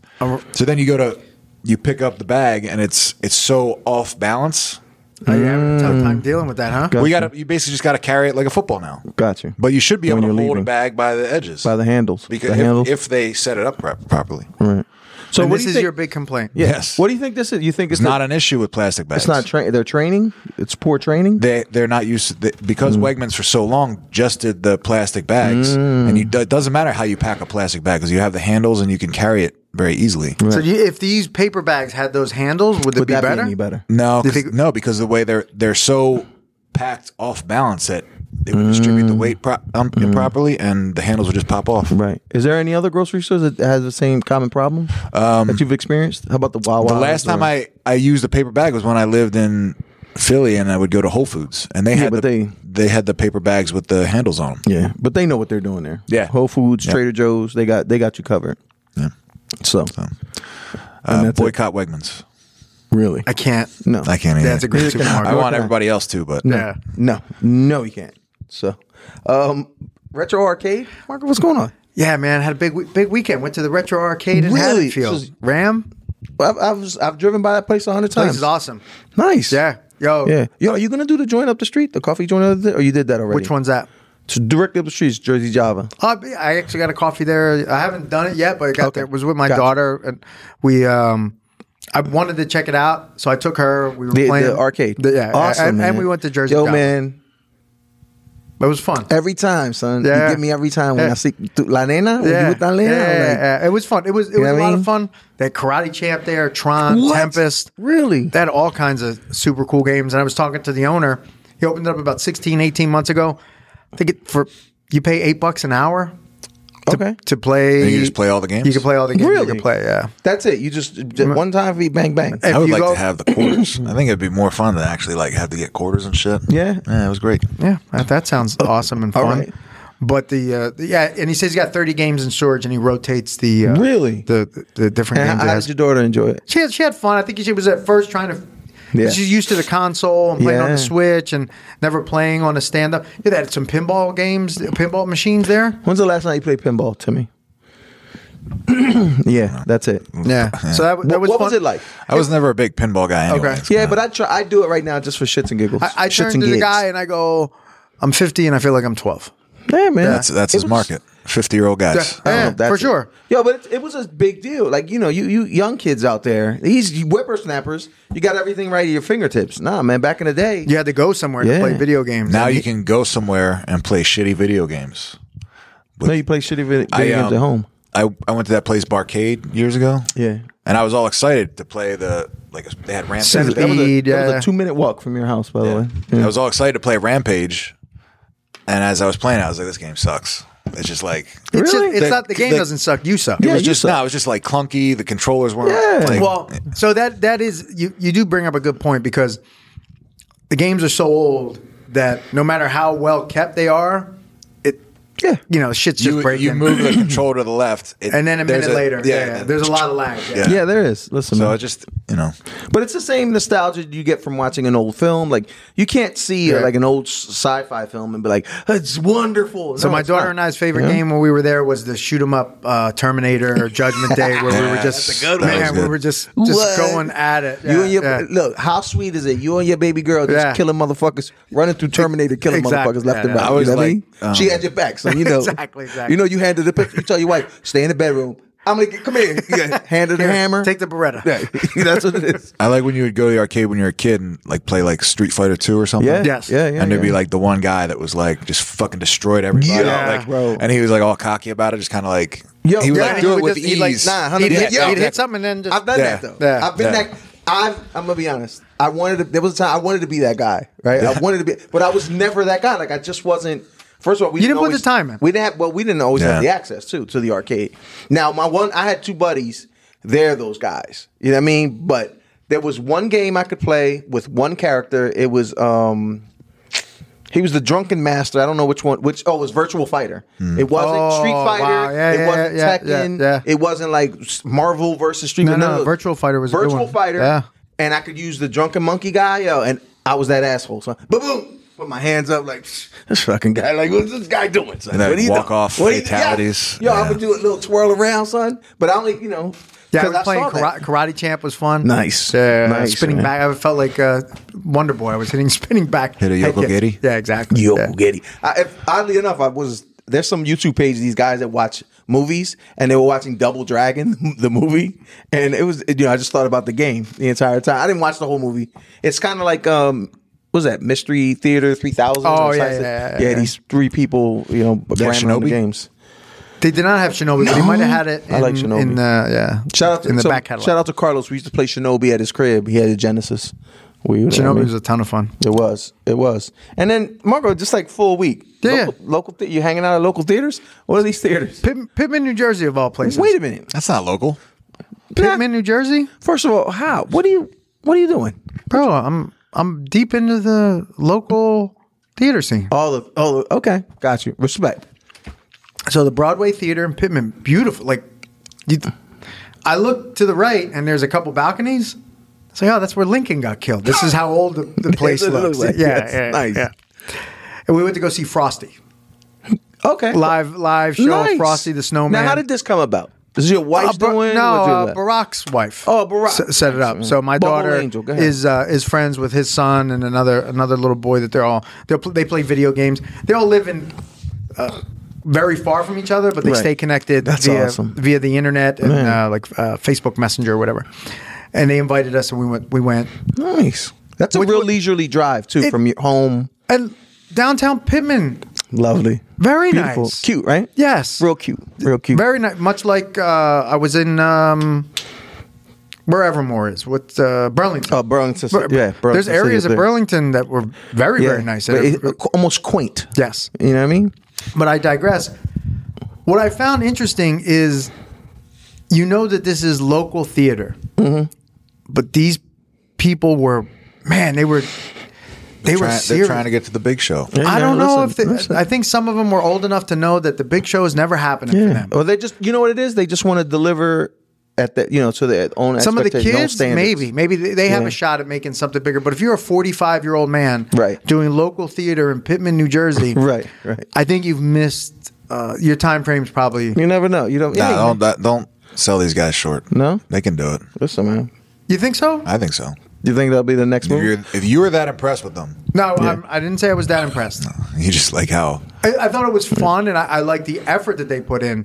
S5: so then you go to you pick up the bag and it's it's so off balance.
S3: Oh, you're having a tough time dealing with that, huh?
S5: We got to you basically just got to carry it like a football now.
S2: Got you.
S5: But you should be
S2: When
S5: able to
S2: you're
S5: hold a
S2: leaving.
S5: bag by the edges
S2: by the handles.
S5: because
S2: the
S5: if,
S2: handles.
S5: if they set it up pro- properly.
S2: right. So
S3: And
S2: what do
S3: this
S2: you
S3: is
S2: think?
S3: your big complaint.
S2: Yeah.
S5: Yes.
S2: What do you think this is? You think it's,
S5: It's not an issue with plastic bags.
S2: It's not tra- they're training. It's poor training.
S5: they they're not used to they, because
S3: Mm.
S5: Wegmans for so long just did the plastic bags, and you,
S3: Mm.
S5: it doesn't matter how you pack a plastic bag because you have the handles and you can carry it very easily.
S3: So do you, if these paper bags had those handles, would, it
S2: Would
S3: be
S2: that
S3: better?
S2: be any better?
S5: No,
S3: Do you
S5: 'cause-
S3: think-
S5: no, because the way they're they're so packed off balance it, they would distribute
S3: Mm.
S5: the weight pro- um, improperly, and the handles would just pop off.
S2: Right. Is there any other grocery stores that has the same common problem that you've experienced? How about the Wawa?
S5: Um, The last time I, I used a paper bag was when I lived in Philly, and I would go to Whole Foods, and they had
S2: but
S5: the,
S2: they-
S5: had the paper bags with the handles on them.
S2: yeah, but they know what they're doing there.
S5: Yeah.
S2: Whole Foods, Trader Joe's, they got they got you covered.
S5: Yeah.
S2: So,
S5: Uh,
S2: that's it.
S5: boycott Wegmans.
S2: really,
S3: I can't.
S2: no,
S5: I can't.
S3: That's a
S5: either.
S3: great
S5: I
S3: supermarket.
S5: want everybody else to, but
S3: Yeah.
S2: no, no, you can't. So, um, retro arcade, Marco, what's going on?
S3: Yeah, man. Had a big we- big weekend. Went to the retro arcade in
S2: Really?
S3: Haddonfield.
S2: So-
S3: Ram.
S2: I've I've, I've driven by that place a hundred
S3: Place
S2: times.
S3: is awesome.
S2: Nice,
S3: Yeah. Yo.
S2: yeah. Yo, are you gonna do the joint up the street, the coffee joint up the, or you did that already?
S3: Which one's that?
S2: So directly up the street, is Jersey Java.
S3: Uh, I actually got a coffee there. I haven't done it yet, but I got
S2: Okay.
S3: there. It was with my
S2: Gotcha.
S3: daughter, and we. um I wanted to check it out, so I took her. We were
S2: The,
S3: playing
S2: the arcade,
S3: The- yeah,
S2: awesome.
S3: and, and
S2: man.
S3: we went to Jersey.
S2: Yo,
S3: Dock.
S2: man,
S3: it was fun.
S2: every time, son.
S3: Yeah.
S2: You get me every time when
S3: Yeah.
S2: I see tu- La Nena. When you with La Nena, I'm
S3: yeah,
S2: like,
S3: yeah. It was fun. It was it
S2: You
S3: was
S2: know
S3: a
S2: what I
S3: lot
S2: mean?
S3: of fun. That karate champ there, Tron,
S2: What?
S3: Tempest.
S2: Really?
S3: They had all kinds of super cool games. And I was talking to the owner. He opened it up about 16, 18 months ago. I think it for you pay eight bucks an hour
S2: okay.
S3: to play.
S5: And you just play all the games?
S3: You can play all the games. You
S2: Really?
S3: can play, yeah.
S2: That's it. You just, just one time for you, bang bang.
S3: If
S5: I would
S3: you
S5: like
S3: go-
S5: to have the quarters. I think it'd be more fun to actually like have to get quarters and shit.
S2: Yeah.
S5: yeah, it was great.
S3: Yeah, that, that sounds awesome and
S2: all
S3: fun.
S2: right.
S3: But the uh, the- yeah, and he says he's got thirty games in storage, and he rotates the uh,
S2: Really?
S3: the the, the different
S2: And
S3: games.
S2: how,
S3: it
S2: how
S3: has.
S2: did your daughter enjoy it?
S3: she had, she had fun. I think she was at first trying to.
S2: Yeah.
S3: She's used to the console and playing on
S2: Yeah.
S3: the Switch and never playing on a stand up. Yeah, they had some pinball games, pinball machines there.
S2: When's the last night you played pinball, Timmy? yeah, that's it.
S3: Yeah. So that, that
S2: What,
S3: was
S2: what
S3: fun.
S2: was it like?
S5: I was never a big pinball guy. Anyway,
S3: Okay.
S2: Yeah, but I try. I do it right now just for shits and giggles.
S3: I, I
S2: shits
S3: turned to
S2: and
S3: the
S2: gigs.
S3: guy and I go, I'm 50 and I feel like I'm 12.
S2: Yeah, man.
S5: that's that's his
S2: It was-
S5: market. Fifty year old guys.
S2: I don't know
S3: Yeah,
S2: if that's
S3: for
S2: it.
S3: sure.
S2: Yo, but it, it was a big deal. Like you know, you you young kids out there, these whippersnappers, you got everything right at your fingertips. Nah, man. Back in the day,
S3: You had to go somewhere to
S2: Yeah.
S3: play video games.
S5: Now you can go somewhere and play shitty video games.
S2: No, you play shitty video, video
S5: I,
S2: games
S5: um,
S2: at home.
S5: I, I went to that place Barcade years ago.
S2: Yeah.
S5: And I was all excited to play the like they had
S2: That was,
S5: Rampage.
S2: that was a,
S3: Speed, uh,
S2: that was
S3: yeah.
S2: a two minute walk from your house, by the way.
S5: I was all excited to play Rampage. And as I was playing, it, I was like, this game sucks. It's just like
S3: it's, just-
S2: Really?
S3: it's
S5: The-
S3: not the game
S5: the-
S3: doesn't suck. You suck.
S5: it was
S2: you
S5: just
S2: suck.
S5: no, it was just like clunky. The controllers weren't
S2: Yeah.
S5: like,
S3: well, so that that is you you do bring up a good point because the games are so old that no matter how well kept they are, it
S2: Yeah.
S3: you know shit's just
S5: you,
S3: breaking.
S5: you move the controller to the left, it-
S3: and then a
S5: there's
S3: minute later, yeah, there's a lot of lag. Yeah.
S5: Yeah.
S2: Yeah, there is. Listen,
S5: So
S2: man.
S5: I just you know,
S2: but it's the same nostalgia you get from watching an old film. Like you can't see uh,
S3: Yeah.
S2: like an old s- sci-fi film and be like, "It's wonderful."
S3: So my daughter and I's favorite game when we were there was the shoot 'em up uh, Terminator or Judgment Day, where we were
S5: Yeah,
S3: just
S5: that's a good one. That was
S3: man, we
S5: good.
S3: were just just
S2: What?
S3: going at it.
S2: you
S3: Yeah,
S2: and your
S3: yeah.
S2: look, how sweet is it? You and your baby girl just
S3: Yeah.
S2: killing motherfuckers, running through Terminator, killing
S3: Exactly.
S2: motherfuckers left
S3: Yeah,
S2: and
S3: yeah.
S2: right.
S5: I was
S2: you know what I
S5: like,
S2: mean?
S5: um,
S2: she had your back, so you know
S3: Exactly, exactly.
S2: You know, you handed the picture. You tell your wife, "Stay in the bedroom." I'm gonna get, come here. Yeah, hand her the
S3: Here,
S2: hammer.
S3: Take the Beretta.
S2: Yeah, that's what it is.
S5: I like when you would go to the arcade when you were a kid and like play like Street Fighter Two or something.
S2: Yeah,
S3: Yes.
S2: yeah, yeah.
S5: and there'd
S2: yeah.
S5: be like the one guy that was like just fucking destroyed everybody.
S2: Yeah,
S5: like,
S2: bro.
S5: And he was like all cocky about it, just kind of like
S2: Yo,
S5: he would
S2: yeah,
S5: like
S2: he
S5: do it
S3: would
S5: with
S3: just-
S5: ease.
S3: he'd, like,
S2: nah,
S3: He'd,
S2: Yeah,
S3: hit, he'd
S2: exactly.
S3: hit something and then just
S2: I've done
S5: Yeah.
S2: that though.
S3: Yeah.
S2: I've been
S5: Yeah.
S2: that. I've, I'm gonna be honest. I wanted to. There was a time I wanted to be that guy, right? I wanted to be, but I was never that guy. Like I just wasn't. First of all, we
S3: You didn't put the
S2: always-
S3: time in.
S2: We didn't have. Well, we didn't always have the
S5: Yeah.
S2: access to to the arcade. Now, my one, I had two buddies. They're those guys. You know what I mean? But there was one game I could play with one character. It was um. He was the drunken master. I don't know which one. Which oh, it was Virtual Fighter. It wasn't
S3: Oh,
S2: Street
S3: wow.
S2: Fighter.
S3: Yeah,
S2: it
S3: yeah,
S2: wasn't
S3: yeah, yeah,
S2: Tekken.
S3: yeah.
S2: It wasn't like s- Marvel versus Street.
S3: No,
S2: Fighter.
S3: no, Virtual Fighter was a good
S2: Virtual
S3: one.
S2: Fighter.
S3: Yeah.
S2: And I could use the drunken monkey guy, yo, and I was that asshole. So, boom, boom, put my hands up, like this fucking guy. Like, what's this guy doing? Son?
S5: And then
S2: What he
S5: walk
S2: doing?
S5: off
S2: What he-
S5: fatalities.
S2: Yeah. Yo, I
S5: Yeah.
S2: would do a little twirl around, son. But I only, you know,
S3: Yeah, I
S2: 'cause
S3: was playing
S2: saw that.
S3: karate, karate Champ was fun.
S2: Nice.
S3: Yeah,
S2: Nice,
S3: spinning
S2: man.
S3: back. I felt like uh, Wonder Boy. I was hitting spinning back.
S5: Hit a
S3: head
S5: Yoko
S3: kick.
S5: Giri?
S3: Yeah, exactly.
S2: Yo,
S3: yeah.
S2: Getty. I, if, oddly enough, I was there's some YouTube pages these guys that watch movies, and they were watching Double Dragon, the movie, and it was you know I just thought about the game the entire time. I didn't watch the whole movie. It's kind of like um. What was that Mystery Theater 3000?
S3: Oh,
S2: It's
S3: yeah,
S2: like-
S3: yeah, yeah, yeah,
S2: yeah,
S3: yeah.
S2: These three people, you know, grammar on the
S5: Shinobi?
S2: games.
S3: They did not have Shinobi, but they might have had it in,
S2: I like Shinobi.
S3: in the yeah.
S2: Shout out to
S3: in the
S2: so,
S3: back catalog.
S2: Shout out to Carlos. We used to play Shinobi at his crib. He had a Genesis. We, you know what I
S3: Chernobyl
S2: mean?
S3: was a ton of fun.
S2: It was. It was. And then Marco, just like full week.
S3: Yeah,
S2: Local, local thea- you hanging out at local theaters? What are these theaters?
S3: Pitt, Pittman, New Jersey, of all places.
S2: Wait a minute.
S5: That's not local.
S3: Pittman, New Jersey,
S2: First of all, how? What are you what are you doing?
S3: bro. I'm I'm deep into the local theater scene.
S2: All of all of, okay. Got you. Respect.
S3: So the Broadway theater in Pittman, beautiful. Like, you, I look to the right and there's a couple balconies. It's like, oh, that's where Lincoln got killed. This is how old the, the place
S2: It looks like-
S3: looks. yeah,
S2: yes,
S3: yeah,
S2: nice.
S3: yeah. And we went to go see Frosty
S2: Okay.
S3: live live show
S2: Nice.
S3: of Frosty the Snowman.
S2: Now how did this come about? Is your
S3: Uh,
S2: wife's
S3: Bar-
S2: doing
S3: no,
S2: what's your
S3: uh,
S2: left?
S3: Barack's wife.
S2: Oh, Barack.
S3: s- set it up. So my
S2: Bubble
S3: daughter
S2: Angel, go ahead.
S3: is uh, is friends with his son and another another little boy that they're all they pl- they play video games. They all live in uh, very far from each other, but they
S2: Right.
S3: stay connected.
S2: That's
S3: via,
S2: awesome.
S3: via the internet and
S2: Man.
S3: uh, like uh, Facebook Messenger or whatever. And they invited us, and we went. We went.
S2: Nice. That's a
S3: Would-
S2: real
S3: would-
S2: leisurely drive too
S3: It-
S2: from your home.
S3: And downtown Pittman,
S2: Lovely.
S3: Very
S2: Beautiful.
S3: nice.
S2: Cute, right?
S3: yes,
S2: Real cute. Real cute.
S3: very nice. Much like uh, I was in um, where Evermore is, with uh, Burlington.
S2: Oh, Burlington.
S3: Bur-
S2: yeah, Burlington
S3: there's
S2: City
S3: areas
S2: is
S3: of
S2: there.
S3: Burlington that were very,
S2: Yeah.
S3: very nice.
S2: But it- almost quaint.
S3: yes.
S2: You know what I mean?
S3: But I digress. What I found interesting is you know that this is local theater,
S2: Mm-hmm.
S3: but these people were, man, they were, they were
S5: Try- they're
S3: serious.
S5: trying to get to the big show.
S3: I
S2: Yeah,
S3: don't know
S2: listen,
S3: if
S2: listen.
S3: they, I think some of them were old enough to know that the big show is never happening for them.
S2: Or they just, you know what it is? They just want to deliver at the, you know, to their own
S3: some of the
S2: expectations, their own
S3: kids
S2: standards.
S3: maybe maybe they, they have
S2: Yeah.
S3: a shot at making something bigger but if you're a 45 year old man
S2: Right.
S3: doing local theater in pittman new jersey
S2: Right, right.
S3: i think you've missed uh, your time frame's probably
S2: You never know. You don't.
S5: Nah,
S2: yeah, you-
S5: don't, that- don't sell these guys short.
S2: No?
S5: They can do it.
S2: Listen, man.
S3: you think so
S5: I think so.
S2: You think that'll be the next
S5: If,
S2: movie?
S5: you're, if you were that impressed with them,
S3: no I'm, i didn't say i was that impressed
S5: you just like how
S3: I, I thought it was fun and i, I liked the effort that they put in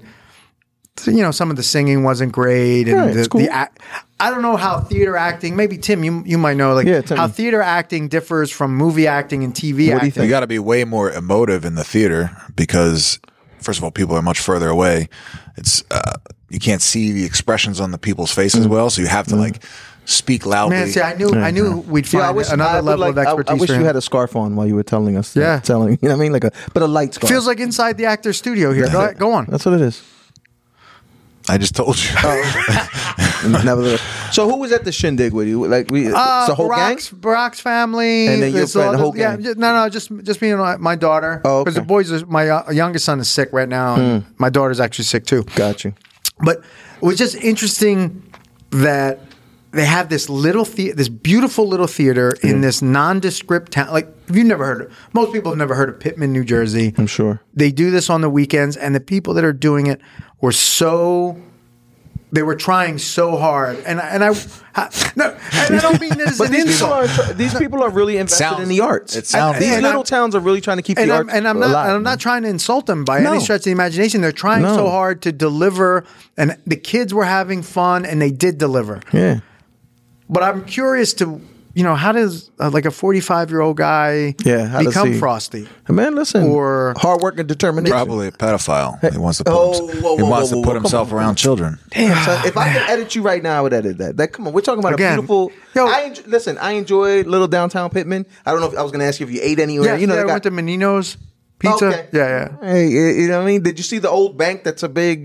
S3: So, you know some of the singing wasn't great and
S2: Right,
S3: the,
S2: it's cool.
S3: the act, i don't know how theater acting maybe tim you, you might know like
S2: Yeah, Tim.
S3: how theater acting differs from movie acting and tv
S2: What do you
S3: acting
S2: think?
S5: you got to be way more emotive in the theater because, first of all, people are much further away. It's uh, you can't see the expressions on the people's faces
S2: Mm.
S5: well, so you have to like speak loudly.
S3: Man, see, I knew, I knew we'd find
S2: Yeah, I wish
S3: another
S2: I would
S3: level
S2: like-
S3: of expertise.
S2: I, I wish
S3: for
S2: you
S3: him.
S2: had a scarf on while you were telling us. that-
S3: Yeah.
S2: telling you know what I mean, like a but a light scarf.
S3: Feels like inside the actor's studio here. Go, ahead- go on.
S2: That's what it is.
S5: I just told you.
S2: Oh, Nevertheless. So who was at the shindig with you? Like we,
S3: Uh,
S2: it's the whole gang.
S3: Barack's, Barack's family,
S2: And then your
S3: it's
S2: friend,
S3: all
S2: the whole
S3: yeah,
S2: gang.
S3: ju- no, no, just just me and my, my daughter.
S2: Oh, okay. Hmm.
S3: because the boys, are, my uh, youngest son is sick right now, and my daughter's actually sick too.
S2: Got you.
S3: But it was just interesting that they have this little the- this beautiful little theater in this nondescript town. Like if you've never heard, of, most people have never heard of Pittman, New Jersey.
S2: I'm sure.
S3: they do this on the weekends and the people that are doing it were so they were trying so hard and I, and I no and I don't mean that as
S2: But
S3: an
S2: these people,
S3: insult
S2: are, these people are really invested
S5: Sounds-
S2: in the arts.
S5: it sounds-
S2: these
S3: And
S2: little
S3: I'm-
S2: towns are really trying to keep
S3: and
S2: the
S3: I'm,
S2: arts
S3: and I'm not
S2: alive.
S3: and I'm not trying to insult them by
S2: No.
S3: any stretch of the imagination they're trying
S2: No.
S3: so hard to deliver and the kids were having fun and they did deliver
S2: Yeah.
S3: but I'm curious to you know how does uh, like a 45 year old guy
S2: Yeah, how does
S3: become
S2: he-
S3: frosty
S2: Man, listen.
S3: Or-
S2: hard work and determination.
S5: Probably a pedophile. He wants to put,
S2: Oh,
S5: hims-
S2: whoa,
S5: he
S2: whoa,
S5: wants
S2: whoa,
S5: to
S2: whoa,
S5: put
S2: come
S5: himself
S2: on.
S5: around children.
S2: Damn, son, if I could edit you right now, I would edit that. That come on, we're talking about
S3: Again.
S2: a beautiful.
S3: Yo.
S2: I enj- listen. I enjoy little downtown Pittman. I don't know if I was going to ask you if you ate anywhere.
S3: yeah
S2: you know,
S3: yeah,
S2: they
S3: I went to Menino's pizza
S2: Okay.
S3: yeah yeah
S2: Hey, you you know what I mean? Did you see the old bank? That's a big,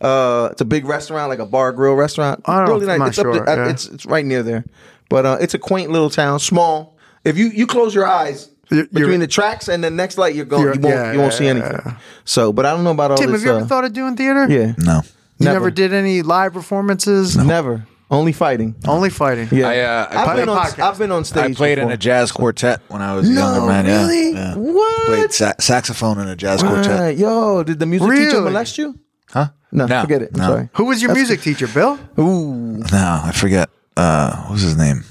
S2: uh, it's a big restaurant, like a bar grill restaurant.
S3: I don't- I'm not
S2: it's, up
S3: sure,
S2: there- uh,
S3: yeah.
S2: it's it's right near there, but uh, it's a quaint little town, small. If you you close your eyes
S3: You're-
S2: between
S3: you're-
S2: the tracks and the next light, you're going.
S3: You're-
S2: you won't
S3: yeah,
S2: you won't
S3: yeah,
S2: see
S3: yeah,
S2: anything. So, but I don't know about all
S3: Tim
S2: this.
S3: have you ever
S2: uh,
S3: thought of doing theater
S2: Yeah,
S5: No.
S3: You
S2: Never.
S3: never, did any live performances?
S2: never. Only fighting.
S3: Only fighting.
S2: Yeah,
S5: I, uh, I
S2: have
S5: played-
S2: been on.
S3: Podcast.
S2: I've been on stage.
S5: I played in
S2: before.
S5: a jazz quartet when I was a younger
S2: No,
S5: man. yeah,
S2: really?
S5: Yeah.
S2: What?
S5: Played sa- saxophone in a jazz
S2: Right.
S5: quartet.
S2: Yo, did the music teacher
S3: Really?
S2: molest you?
S5: Huh?
S2: No, forget it. I'm
S5: no.
S2: sorry.
S3: Who was your music teacher, Bill?
S5: No, I forget. Uh, what was his name?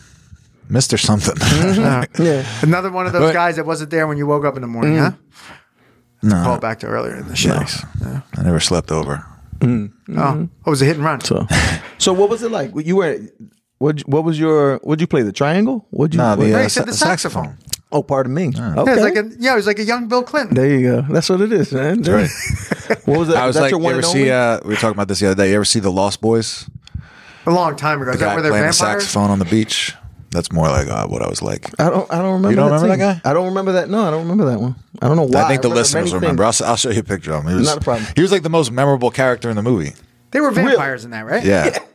S5: Mr. Something.
S2: Mm-hmm. Yeah.
S3: Another one of those
S5: But-
S3: guys that wasn't there when you woke up in the morning,
S2: Mm-hmm.
S3: huh?
S5: no.
S3: Call back to earlier in the show.
S5: Nice. I never slept over.
S3: Oh, it was a hit and run.
S2: Mm-hmm. So, so what was it like? You were what? What was your? Would you play the triangle? Would you?
S5: No,
S2: what-
S5: the, uh,
S3: he said
S5: sa-
S3: the saxophone.
S2: oh, pardon me.
S3: Yeah,
S2: Okay.
S3: it was like a, yeah, it was like a young Bill Clinton.
S2: there you go. That's what it is, man.
S5: Right.
S2: What was that?
S5: I was
S2: that
S5: like,
S2: your
S5: you
S2: one
S5: ever
S2: and only?
S5: see? Uh, we were talking about this the other day. You ever see the Lost Boys?
S3: a long time ago. Is
S5: Guy
S3: that where they're
S5: playing the
S3: vampires?
S5: saxophone on the beach. That's more like uh, what I was like.
S2: I don't. I don't remember.
S5: You don't
S2: that
S5: remember
S2: team.
S5: that guy?
S2: I don't remember that. No, I don't remember that one. I don't know why.
S5: I think the
S2: remember
S5: listeners
S2: many
S5: remember. I'll,
S2: things.
S5: s- I'll show you a picture of him. He was,
S2: Not a problem.
S5: He was like the most memorable character in the movie.
S3: They were vampires in that, right?
S5: Yeah.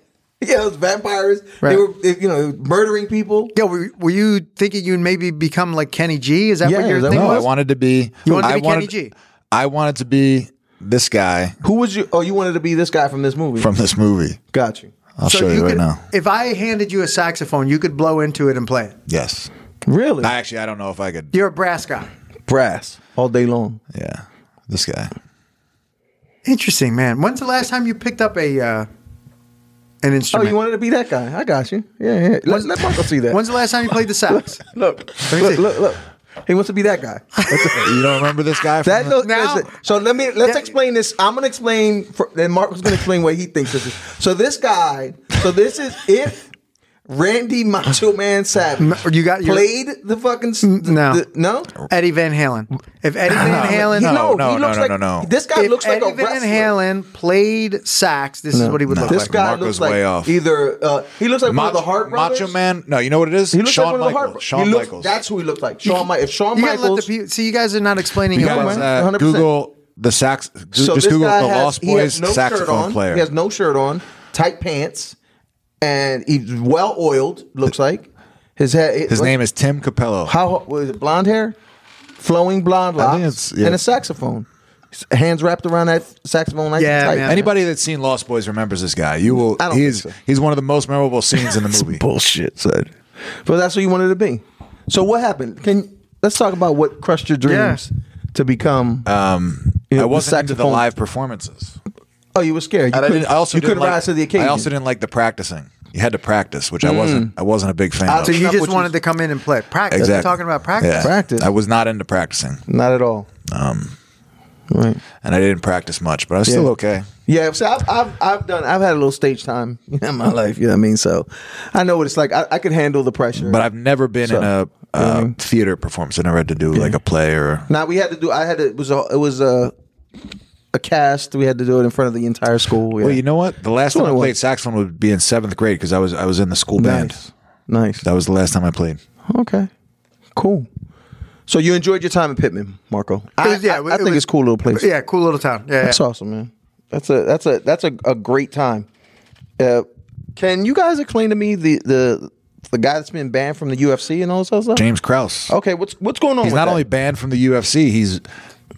S2: Yeah, those vampires. They
S3: Right.
S2: were, they- you know, murdering people.
S3: Yo, were, were you thinking you'd maybe become like Kenny G? Is that
S2: Yeah,
S3: what your
S2: is that
S3: thing
S5: No, I
S3: was?
S5: wanted to be.
S3: You wanted to
S5: I
S3: be Kenny G?
S5: I wanted to be this guy
S2: Who was you? Oh, you wanted to be this guy from this movie.
S5: from this movie.
S2: got you.
S5: I'll show you, right
S3: could,
S5: now.
S3: Oh. If I handed you a saxophone, you could blow into it and play it.
S5: Yes.
S2: Really?
S5: I actually I don't know if I could.
S3: You're a brass guy.
S2: Brass all day long.
S5: Yeah. This guy.
S3: Interesting, man. When's the last time you picked up a uh, an
S2: Oh,
S3: instrument?
S2: you wanted to be that guy. I got you. Yeah, yeah. Let, let Marco see that.
S3: When's the last time you played the sax?
S2: look,
S3: me
S2: look,
S3: see.
S2: look, look. He wants to be that guy.
S5: You don't remember this guy? From
S2: That
S5: the-
S2: look,
S3: Now-
S2: listen, so let me let's
S3: Yeah.
S2: explain this. I'm gonna explain, for, then Marco's gonna explain what he thinks this is. So this guy, so this is if Randy Macho Man Savage
S3: No, you got your-
S2: played the fucking s- the,
S3: no.
S2: the- no.
S3: Eddie Van Halen. If Eddie Van Halen, uh,
S5: no,
S2: no,
S5: no,
S2: he looks
S5: no,
S2: like,
S5: no, no.
S2: This guy
S3: if
S2: looks
S3: Eddie
S2: like a
S3: Van
S2: wrestler.
S3: Halen played sax, this is what he would look
S2: This
S3: like.
S2: guy
S5: Marco's
S2: looks like
S5: way off.
S2: either uh, he looks like one of the Hart brothers.
S5: Macho Man. No, you know what it is?
S2: He looks like one
S5: Shawn
S2: of the
S5: Michaels.
S2: Hart bro-
S5: Shawn
S2: he looks,
S5: Michaels.
S2: That's who he looks like. Shawn Michaels. If Shawn
S3: You gotta let the
S2: Michaels.
S3: people see. You guys are not explaining
S5: You
S3: it
S5: guys,
S3: well.
S2: man.
S5: uh,
S2: 100%.
S5: Google the sax. ju- Just,
S2: so this
S5: Google
S2: guy
S5: the
S2: has,
S5: Lost
S2: he has
S5: Boys
S2: no shirt
S5: saxophone
S2: on.
S5: player.
S2: He has no shirt on, tight pants, and he's well oiled. Looks like his head.
S5: His name is Tim Capello.
S2: How was it? Blonde hair, flowing blonde
S5: I
S2: locks,
S5: think it's- yeah.
S2: and a saxophone. S- Hands wrapped around that saxophone nice
S3: Yeah,
S2: and tight.
S3: man.
S5: Anybody that's seen Lost Boys remembers this guy. You will.
S2: I don't
S5: He's
S2: think so.
S5: he's one of the most memorable scenes in the movie.
S2: bullshit, son. But that's what you wanted to be. So what happened? Can let's talk about what crushed your dreams to become. you know,
S5: Um, I
S2: the
S5: wasn't into the
S2: saxophone.
S5: live performances.
S2: Oh, you were scared. You
S5: And I,
S2: couldn't-
S5: didn't, I also
S2: you
S5: didn't
S2: couldn't
S5: like-
S2: rise to the occasion.
S5: I also didn't like the practicing. You had to practice, which I wasn't. I wasn't a big fan.
S2: I
S5: of.
S3: So you
S2: Not what
S3: just
S2: Uh, you-
S3: wanted to come in and play practice. We're
S5: Exactly.
S3: talking about practice.
S5: Yeah.
S2: Practice.
S5: I was not into practicing,
S2: Not at all. Um, right.
S5: and I didn't practice much, but I was still
S2: Yeah.
S5: okay.
S2: Yeah, so I've, I've I've done I've had a little stage time in my life. You know what I mean? So I know what it's like. I, I could handle the pressure.
S5: But I've never been in a uh, theater performance. I never had to do like a play or.
S2: now we had to do. I had to, it was a, it was a a cast. We had to do it in front of the entire school. Yeah.
S5: Well, you know what? The last
S2: That's what
S5: time I
S2: I
S5: played
S2: want.
S5: saxophone would be in seventh grade because I was I was in the school band.
S2: nice, nice.
S5: That was the last time I played.
S2: Okay, cool. So you enjoyed your time in Pittman, Marco? I,
S3: It was- yeah,
S2: I-
S3: it
S2: I,
S3: was- it
S2: think
S3: was-
S2: it's a cool little place.
S3: Yeah, cool little town. Yeah,
S2: That's
S3: yeah.
S2: awesome, man. That's a that's a that's a, a great time. Uh, can you guys explain to me the the the guy that's been banned from the UFC and all this other stuff?
S5: James Krause.
S2: Okay, what's what's going on?
S5: he's
S2: with
S5: not
S2: Oh, that?
S5: only banned from the UFC. He's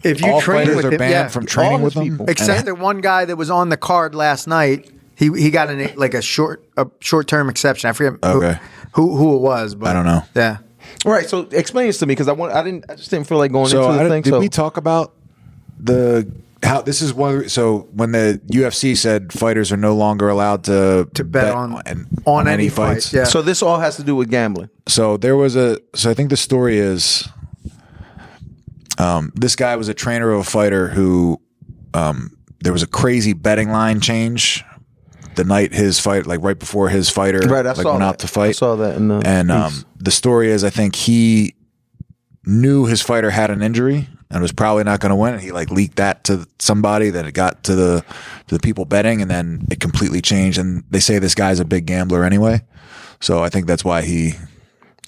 S3: If you
S5: all
S3: train
S5: fighters
S3: with
S5: are
S3: him,
S5: banned
S3: yeah.
S5: from training
S2: All
S5: with
S2: his
S5: him.
S2: people.
S3: Except the one guy that was on the card last night, he he got an like a short a short term exception. I forget who-
S5: Okay.
S3: who, who it was, but
S5: I don't know.
S3: Yeah,
S2: Right. So explain this to me because I want I didn't I just didn't feel like going
S5: so
S2: into
S5: I
S2: the
S5: don't-
S2: thing.
S5: did
S2: so
S5: we talk about the how this is one? of the- So when the UFC said fighters are no longer allowed to
S3: to bet, on
S5: and-
S3: on, any, fights. Yeah.
S2: so this all has to do with gambling.
S5: so there was a so i think the story is um, this guy was a trainer of a fighter who um, there was a crazy betting line change the night his fight like right before his fighter
S2: Right. I
S5: like
S2: saw
S5: went
S2: that.
S5: out to fight
S2: I saw that. In the
S5: and
S2: piece.
S5: um, the story is i think he knew his fighter had an injury and was probably not going to win and he like leaked that to somebody that it got to the to the people betting and then it completely changed and they say this guy's a big gambler anyway so i think that's why he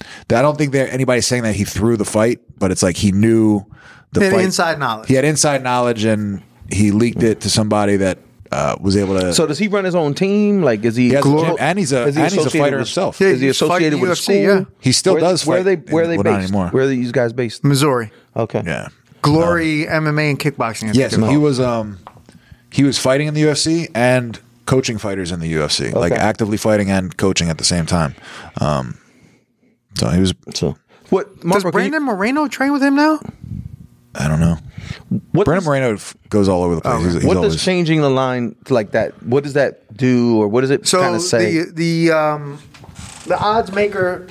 S5: i don't think there anybody's saying that he threw the fight but it's like he knew the
S3: He had
S5: fight.
S3: inside knowledge.
S5: he had inside knowledge and he leaked it to somebody that uh, was able to
S2: so does he run his own team? Like is he?
S5: he has a
S2: glo-
S5: gym, and he's a
S2: is he
S5: and he's a
S2: associated
S5: fighter
S2: with-
S5: himself
S3: Yeah,
S2: Is he
S3: he's fighting
S2: associated
S3: the
S2: with a
S3: UFC,
S2: school?
S3: yeah.
S5: He still
S2: Where-
S5: does
S2: Where are they?
S5: fight
S2: Where are they
S5: in- well, not
S2: based?
S5: anymore.
S2: Where are these guys based?
S3: Missouri,
S2: Okay.
S5: yeah
S3: Glory MMA and kickboxing. I
S5: Yes,
S3: think it
S5: he
S3: was.
S5: was um he was fighting in the UFC and coaching fighters in the UFC, like
S2: Okay.
S5: actively fighting and coaching at the same time. Um, so he was
S2: So what?
S3: Does
S2: Marco, can you-
S3: Brandon Moreno train with him now?
S5: I don't know.
S2: what
S5: Brandon
S2: does-
S5: Moreno f- goes all over the place. He's, he's
S2: What
S5: always,
S2: does changing the line like that? What does that do, or what does it
S3: So
S2: kind of say?
S3: the the um, the odds maker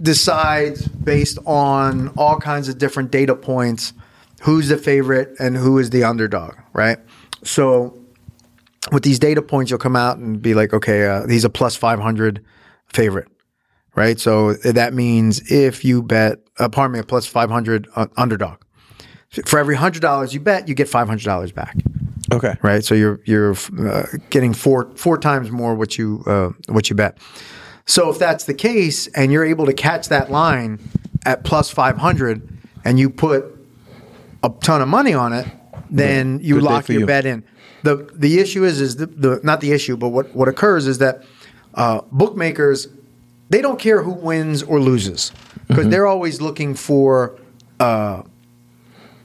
S3: decides based on all kinds of different data points who's the favorite and who is the underdog, right? So with these data points, you'll come out and be like, okay, uh, he's a plus five hundred favorite, right? So that means if you bet, uh, pardon me, a plus five hundred uh, underdog. For every hundred dollars you bet, you get five hundred dollars back
S2: okay.
S3: right? So you're you're uh, getting four four times more what you uh, what you bet. So if that's the case, and you're able to catch that line at plus five hundred, and you put a ton of money on it, then you
S2: Good day
S3: lock
S2: for
S3: your
S2: you.
S3: bet in. the The issue is is the, the not the issue, but what what occurs is that uh, bookmakers they don't care who wins or loses because
S2: Mm-hmm.
S3: they're always looking for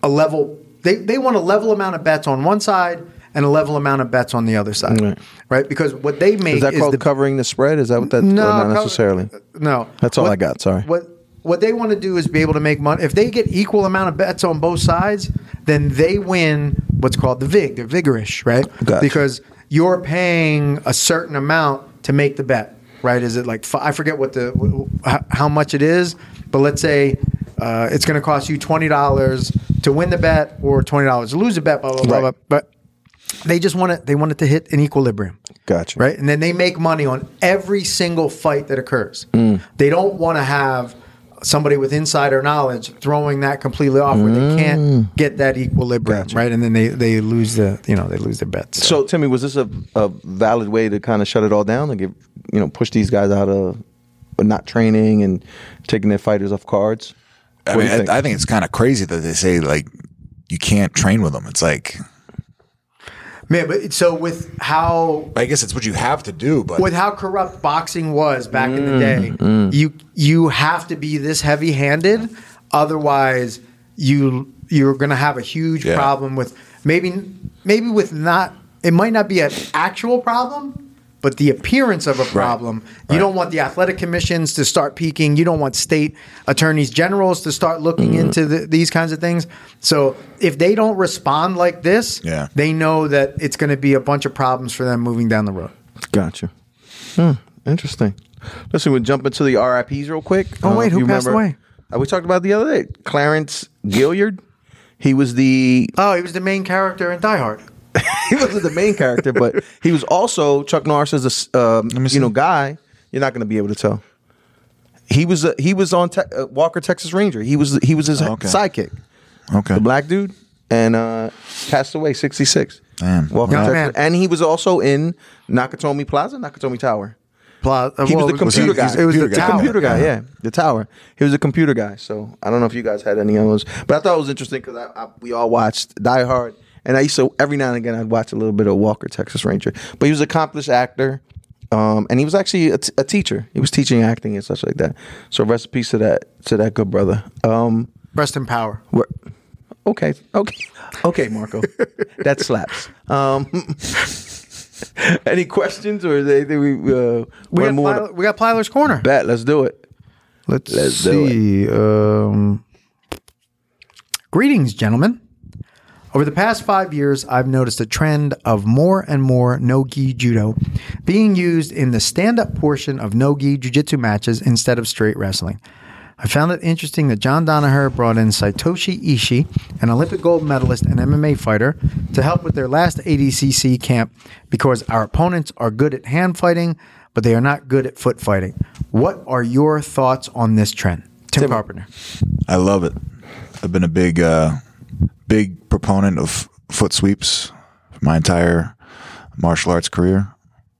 S3: a level they, they want a level amount of bets on one side and a level amount of bets on the other side right,
S2: Right.
S3: because what they
S2: Is
S3: make is,
S2: that called
S3: the,
S2: covering the spread? Is that what that? or
S3: no
S2: not
S3: co-
S2: necessarily.
S3: no
S2: That's all I got, sorry.
S3: what what they want to do is be able to make money if they get equal amount of bets on both sides then they win what's called the vig they're vigorish right
S2: Gotcha.
S3: because you're paying a certain amount to make the bet right is it like fi- i forget what the wh- wh- how much it is but let's say uh, it's going to cost you $20 to win the bet or $20 to lose the bet blah blah blah,
S2: Right.
S3: blah. but they just want it they want it to hit an equilibrium
S2: Gotcha.
S3: right and then they make money on every single fight that occurs
S2: Mm.
S3: they don't want to have somebody with insider knowledge throwing that completely off where they can't get that equilibrium
S2: Mm. Gotcha.
S3: right and then they they lose the you know they lose their bets
S2: So, Timmy, was this a, a valid way to kind of shut it all down and give you know push these guys out of not training and taking their fighters off cards?
S5: I
S2: What do
S5: mean,
S2: you
S5: I, I think it's kind of crazy that they say like you can't train with them. It's like
S3: man but so with how
S5: I guess it's what you have to do, but
S3: with how corrupt boxing was back in
S5: Mm,
S3: the day, you you have to be this heavy handed, otherwise you you're going to have a huge
S5: Yeah.
S3: problem with maybe maybe with not it might not be an actual problem, but the appearance of a problem. You don't want the athletic commissions to start peeking. You don't want state attorneys generals to start looking
S5: Mm.
S3: into the, these kinds of things. So if they don't respond like this,
S5: Yeah.
S3: they know that it's going to be a bunch of problems for them moving down the road.
S2: Gotcha. Hmm, interesting. Listen, we'll jump into the RIPS real quick.
S3: Oh, wait,
S2: if
S3: who
S2: you
S3: passed away?
S2: uh, we talked about it the other day. Clarence Gilliard. He was the
S3: Oh, he was the main character in Die Hard.
S2: he wasn't the main character, but he was also Chuck Norris's ass- um, you know guy. You're not going to be able to tell. He was a, he was on te- uh, Walker Texas Ranger. He was he was his
S5: Okay.
S2: sidekick,
S5: okay,
S2: the black dude, and uh, passed away 66.
S5: Damn.
S2: Walker
S3: Young
S2: Texas,
S3: man.
S2: and he was also in Nakatomi Plaza, Nakatomi Tower.
S3: Pla- uh,
S2: He
S3: well,
S2: was the
S3: it
S2: computer
S5: he-
S2: guy.
S5: he's
S3: It was the
S5: computer guy.
S2: The
S3: tower.
S2: computer guy, yeah. The tower. He was a computer guy. So I don't know if you guys had any of those, but I thought it was interesting because I, I, we all watched Die Hard, and I used to every now and again I'd watch a little bit of Walker Texas Ranger. But he was an accomplished actor, um, and he was actually a, t- a teacher. He was teaching acting and such like that. So rest in peace to that to that good brother. Um,
S3: Rest in power.
S2: we're- okay, okay, okay, Marco, that slaps. Um, any questions or is there anything we uh,
S3: We
S2: wanna
S3: got,
S2: move on to-
S3: Plyler, we got Plyler's corner.
S2: Bet, let's do it.
S3: Let's,
S2: Let's do
S3: see. Um, greetings, gentlemen. Over the past five years, I've noticed a trend of more and more no gi judo being used in the stand up portion of no gi jiu jitsu matches instead of straight wrestling. I found it interesting that John Donaher brought in Saitoshi Ishii, an Olympic gold medalist and MMA fighter, to help with their last ADCC camp because our opponents are good at hand fighting, but they are not good at foot fighting. What are your thoughts on this trend? Tim, Carpenter.
S5: I love it. I've been a big, uh, big proponent of foot sweeps my entire martial arts career.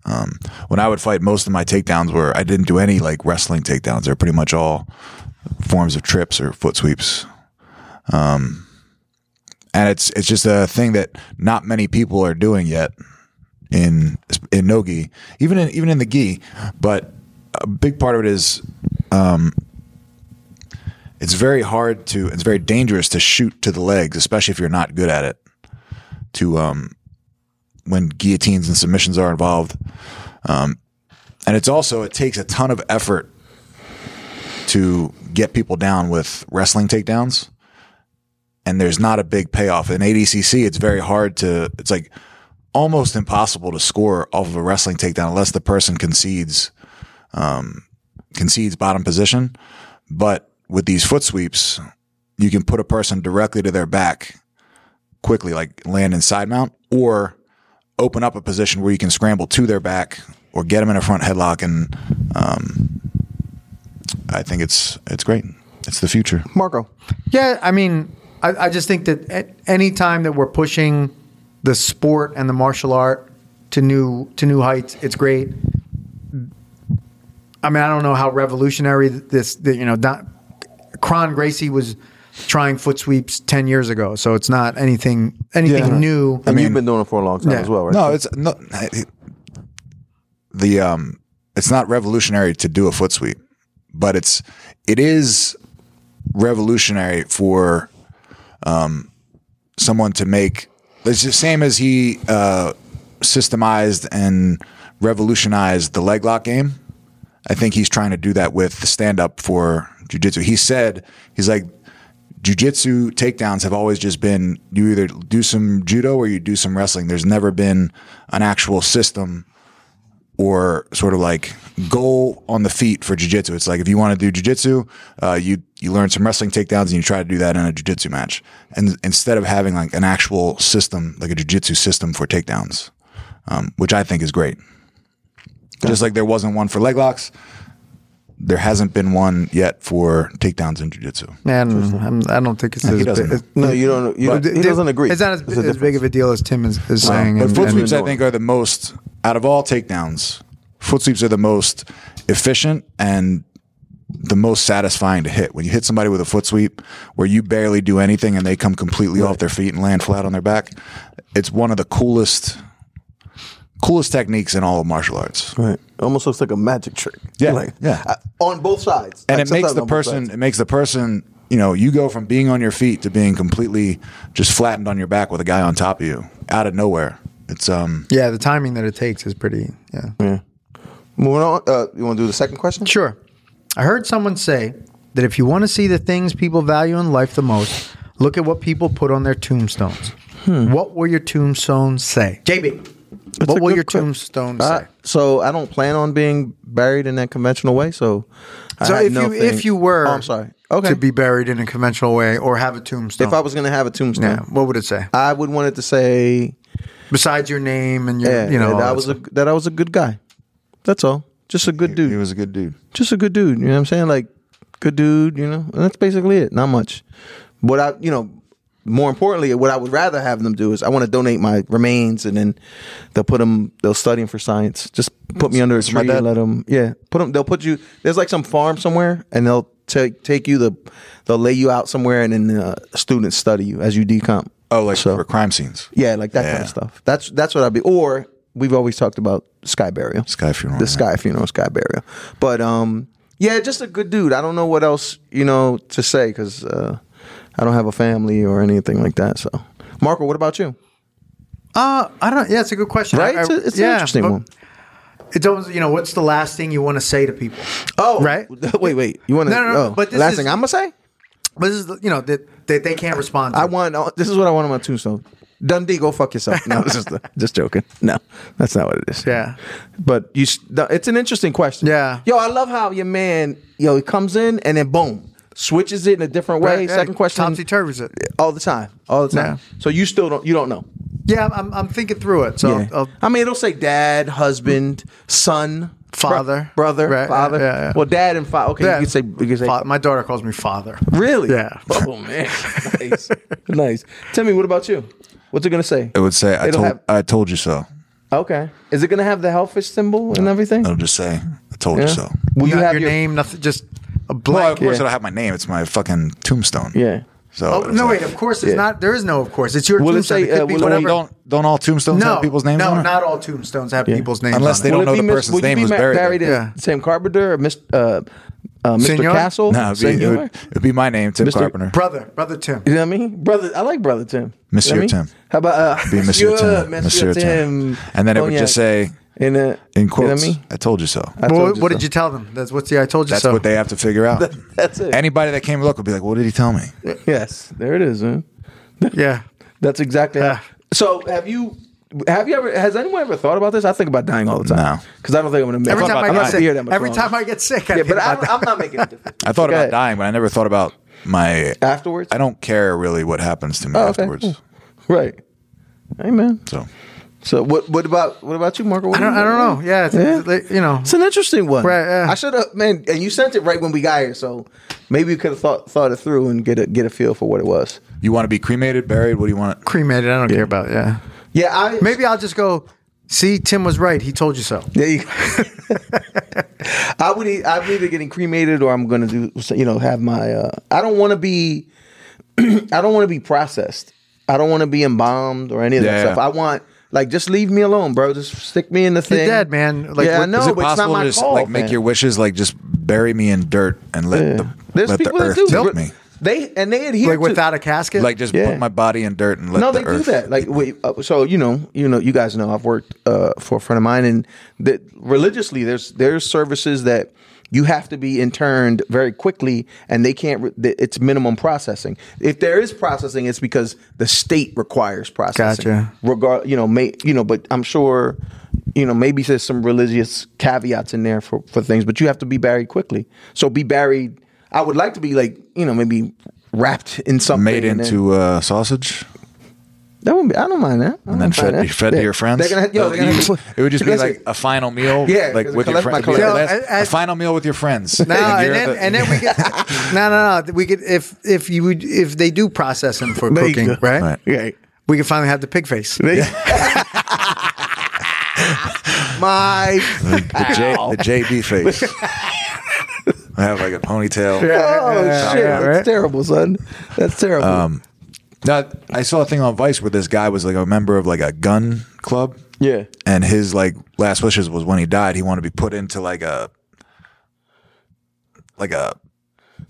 S5: Um, when I would fight, most of my takedowns were I didn't do any like wrestling takedowns. They're pretty much all forms of trips or foot sweeps. Um, and it's it's just a thing that not many people are doing yet in in no gi, even in even in the gi. But a big part of it is it's very hard to it's very dangerous to shoot to the legs especially if you're not good at it to um when guillotines and submissions are involved um and it's also it takes a ton of effort to get people down with wrestling takedowns and there's not a big payoff in ADCC it's very hard to it's like almost impossible to score off of a wrestling takedown unless the person concedes um concedes bottom position but with these foot sweeps, you can put a person directly to their back quickly, like land in side mount, or open up a position where you can scramble to their back or get them in a front headlock. And um, I think it's it's great. It's the future.
S2: Marco.
S3: Yeah, I mean, I, I just think that at any time that we're pushing the sport and the martial art to new to new heights, it's great. I mean, I don't know how revolutionary this, the, you know, Don, Cron Gracie was trying foot sweeps 10 years ago. So it's not anything, anything
S5: Yeah.
S3: new.
S2: And you've been doing it for a long time
S3: Yeah.
S2: as well, right?
S5: No, it's no the um it's not revolutionary to do a foot sweep, but it's it is revolutionary for um someone to make it's the same as he uh systemized and revolutionized the leg lock game. I think he's trying to do that with the stand up for jujitsu. He said he's like jujitsu takedowns have always just been you either do some judo or you do some wrestling. There's never been an actual system or sort of like goal on the feet for jujitsu. It's like if you want to do jujitsu, uh, you you learn some wrestling takedowns and you try to do that in a jujitsu match. And instead of having like an actual system, like a jujitsu system for takedowns, um, which I think is great. Just like there wasn't one for leg locks, there hasn't been one yet for takedowns in jujitsu.
S3: Man, I'm, I don't think it's as big.
S5: doesn't know.
S3: it's-
S2: No, you don't. You, he
S3: it-
S2: doesn't agree.
S3: It's not as,
S2: There's a
S3: as big of a deal as Tim is, is saying.
S5: But
S3: and-
S5: foot
S3: and-
S5: sweeps, I think, are the most out of all takedowns. Foot sweeps are the most efficient and the most satisfying to hit. When you hit somebody with a foot sweep, where you barely do anything and they come completely off their feet and land flat on their back, it's one of the coolest, coolest techniques in all of martial arts.
S2: Right. Almost looks like a magic trick.
S5: Yeah,
S2: Like,
S5: yeah.
S2: I- on both sides.
S5: and
S2: Like,
S5: it makes
S2: sometimes
S5: the
S2: on both
S5: person
S2: sides.
S5: it makes the person you know you go from being on your feet to being completely just flattened on your back with a guy on top of you out of nowhere it's um
S3: yeah, the timing that it takes is pretty. Yeah.
S2: Moving on. Uh, you want to do the second question?
S3: Sure. I heard someone say that if you want to see the things people value in life the most, look at what people put on their tombstones. What will your tombstone say? JB, what
S2: Hmm. a
S3: will
S2: good
S3: your
S2: que-
S3: tombstone
S2: Uh,
S3: say?
S2: so I don't plan on being buried in that conventional way. So, I
S3: So
S2: had
S3: if
S2: no
S3: you
S2: thing-
S3: if you were
S2: Oh, I'm sorry. Okay.
S3: to be buried in a conventional way or have a tombstone,
S2: if I was going to have a tombstone,
S3: yeah, what would it say
S2: I would want it to say,
S3: besides your name and your
S2: yeah,
S3: you know all
S2: that I
S3: that
S2: was a,
S3: stuff.
S2: that I was a good guy. That's all. Just a good dude.
S5: he was a good dude
S2: just a good dude. You know what I'm saying? Like good dude. You know, and that's basically it. Not much. What I, you know, more importantly, what I would rather have them do is I want to donate my remains, and then they'll put them. They'll study 'em for science. Just put me under a tree.
S5: my dad.
S2: and Let them. Yeah, put them. They'll put you. There's like some farm somewhere, and they'll take take you. The they'll lay you out somewhere, and then uh, students study you as you decomp.
S5: oh like
S2: So-
S5: for crime scenes
S2: Yeah, like that kind
S5: Yeah.
S2: of stuff. That's that's what I'd be. Or we've always talked about sky burial,
S5: Sky funeral,
S2: the
S5: right.
S2: sky funeral, sky burial. But um, yeah, just a good dude. I don't know what else you know to say because uh, I don't have a family or anything like that. So, Marco, what about you?
S3: Uh, I don't. Yeah, it's a good question.
S2: Right,
S3: I- I-
S2: it's, a- it's
S3: yeah,
S2: an interesting
S3: but
S2: one.
S3: It's always you know what's the last thing you want to say to people?
S2: Oh,
S3: right.
S2: Wait, wait. You want to?
S3: No, no, no,
S2: oh,
S3: but this
S2: last
S3: is-
S2: thing I'm gonna say,
S3: But this is the- you know that that they can't respond. To
S2: I want. oh, This is what I want on my tombstone. Dundee, go fuck yourself. No, just just joking. No, that's not what it is.
S3: Yeah.
S2: but you. s- no, It's an interesting question.
S3: Yeah.
S2: yo, I love how your man, yo, he comes in and then boom, switches it in a different way. Second question,
S3: Topsy turvy.
S2: all the time, all the time. So you still don't, you don't know.
S3: Yeah, I'm, I'm thinking through it. So
S2: Yeah.
S3: I'll-
S2: I mean, it'll say dad, husband, son, bro-
S3: Father.
S2: brother,
S3: Right,
S2: father.
S3: yeah, yeah, yeah.
S2: Well, dad and father. Okay,
S3: Yeah.
S2: you can say, you can say
S3: Fa- my daughter calls me father.
S2: Really?
S3: Yeah.
S2: Oh man, nice, nice. Tell me, what about you? What's it gonna say?
S5: it would say i
S2: It'll
S5: told
S2: have-
S5: i told you so
S2: Okay. Is it gonna have the hellfish symbol and everything?
S5: it'll just say i told you so
S2: Will you
S3: Not
S2: have
S3: your,
S2: your,
S3: name, nothing, just a
S5: well of
S3: blank.
S2: yeah.
S5: course it'll have my name it's my fucking tombstone
S2: Yeah.
S5: so
S3: oh,
S5: it's
S3: no,
S5: like-
S3: wait, of course it's
S2: Yeah.
S3: not. There is no, of course. It's your
S2: Will it
S3: tombstone.
S2: say,
S3: could
S2: uh,
S5: Well,
S3: be
S2: will it-
S5: don't-
S3: whatever.
S5: don't don't all tombstones
S3: no,
S5: have people's names
S3: No,
S5: on it?
S3: not all tombstones have people's names
S5: Unless
S3: on
S5: they
S3: it.
S5: don't
S2: it
S5: know
S2: be
S5: the
S2: Miss-
S5: person's
S2: would you
S5: name
S2: be
S5: was
S2: ma-
S5: buried
S2: at
S5: there.
S3: Yeah.
S2: Sam Carpenter or Miss, uh, uh, Mr.
S3: Senor?
S2: Castle?
S5: No, it'd be, it
S2: Senor?
S5: would, it'd be my name, Tim
S2: Mr.
S5: Carpenter.
S3: Brother, brother Tim.
S2: You know what I mean? Brother, I like Brother Tim. You know
S5: Monsieur
S2: what I mean?
S5: Tim.
S2: How about uh,
S5: be Monsieur, Tim.
S2: Monsieur Tim.
S5: And then it would
S2: Cognac.
S5: just say
S2: in, uh,
S5: in
S2: Oh, You know
S5: quotes,
S2: what I mean?
S5: I told you so.
S2: I
S3: Well,
S2: told
S3: what
S2: so.
S3: did you tell them? That's what's the I told you
S5: That's
S3: so.
S5: what they have to figure out.
S2: That's it.
S5: Anybody that came to look would be like, "What did he tell me?"
S2: Yes, there it is, man.
S3: yeah.
S2: That's exactly. How,
S3: Ah.
S2: so have you? Have you ever? Has anyone ever thought about this? I think about dying all the time.
S5: No.
S2: because I don't think I'm gonna.
S3: Every
S2: I'm
S3: time
S2: not
S3: I
S2: gonna
S3: get
S2: be here that
S3: sick,
S2: much
S3: every
S2: longer.
S3: time I get sick, I
S2: Yeah,
S3: think
S2: but I,
S3: about
S2: don't-
S3: that.
S2: I'm not making a difference.
S5: I thought
S2: Go
S5: about
S2: ahead.
S5: dying, but I never thought about my.
S2: afterwards.
S5: I don't care really what happens to me
S2: Uh, Oh, okay.
S5: afterwards.
S2: Right. Amen.
S5: So
S2: So what? What about? What about you, Marco? What
S3: I
S2: do
S3: don't,
S2: you
S3: I don't know. Yeah, it's, it's- you know.
S2: It's an interesting one.
S3: Right, yeah.
S2: I should have, man. And you sent it right when we got here, so maybe you could have thought thought it through and get a get a feel for what it was.
S5: you want to be cremated, buried? What do you want?
S3: cremated. I don't care about. Yeah.
S2: Yeah, I
S3: Maybe I'll just go See, Tim was right. He told you so.
S2: There you go. I would. e- I'm either getting cremated or I'm gonna do. You know, have my. Uh, I don't want to be. I don't want to be processed. I don't want to be embalmed or any of
S5: Yeah.
S2: that stuff. I want like just leave me alone, bro. Just stick me in the thing.
S3: dead, man. Like,
S2: yeah,
S3: what-
S2: I
S3: is
S2: know,
S5: Is it
S2: but it's not
S5: possible
S2: my
S5: to just
S2: call.
S5: like make
S2: man.
S5: your wishes like just bury me in dirt and let the
S2: There's
S5: let the
S2: people
S5: earth
S2: that do
S5: take
S2: Nope.
S5: me?
S2: They and they adhere
S3: Like
S2: to-
S3: without a casket.
S5: Like just
S2: Yeah.
S5: put my body in dirt and let
S2: No,
S5: the
S2: they do
S5: earth.
S2: that. Like, wait, uh, so you know, you know, you guys know, I've worked uh, for a friend of mine, and that religiously, there's there's services that you have to be interned very quickly, and they can't. Re- th- it's minimum processing. If there is processing, it's because the state requires processing.
S3: Gotcha.
S2: Regard, you know, may you know, but I'm sure, you know, maybe there's some religious caveats in there for for things, but you have to be buried quickly. So be buried. I would like to be like you know maybe wrapped in something
S5: Made
S2: and then-
S5: into uh, sausage.
S2: that would be. I don't mind that. I don't
S5: and then
S2: mind
S5: fed,
S2: that.
S5: you fed
S2: Yeah.
S5: to your friends.
S2: They're gonna, have- yo,
S5: Uh,
S2: they're gonna
S5: you-
S2: have to put-
S5: it would just be
S2: because
S5: like
S2: it-
S5: a final meal,
S2: Yeah,
S5: like
S2: because
S5: with
S2: I
S5: your
S2: left my
S5: friends. Like,
S2: collect-
S5: last-
S3: No, I- I-
S5: a final meal with your friends.
S3: No,
S5: Like,
S3: and
S5: you're
S3: then,
S5: the-
S3: and then we get no, no, no. We could if if you would if they do process him for
S2: There you
S3: cooking,
S2: go.
S3: right?
S5: Right.
S2: Yeah.
S3: We could finally have the pig face.
S2: They- My
S5: the, J, the JB face. I have like a ponytail.
S2: oh shit,
S3: yeah,
S2: that's
S3: right?
S2: terrible, son. That's terrible.
S5: No, I saw a thing on Vice where this guy was like a member of like a gun club.
S2: yeah,
S5: And his like last wishes was when he died, he wanted to be put into like a like a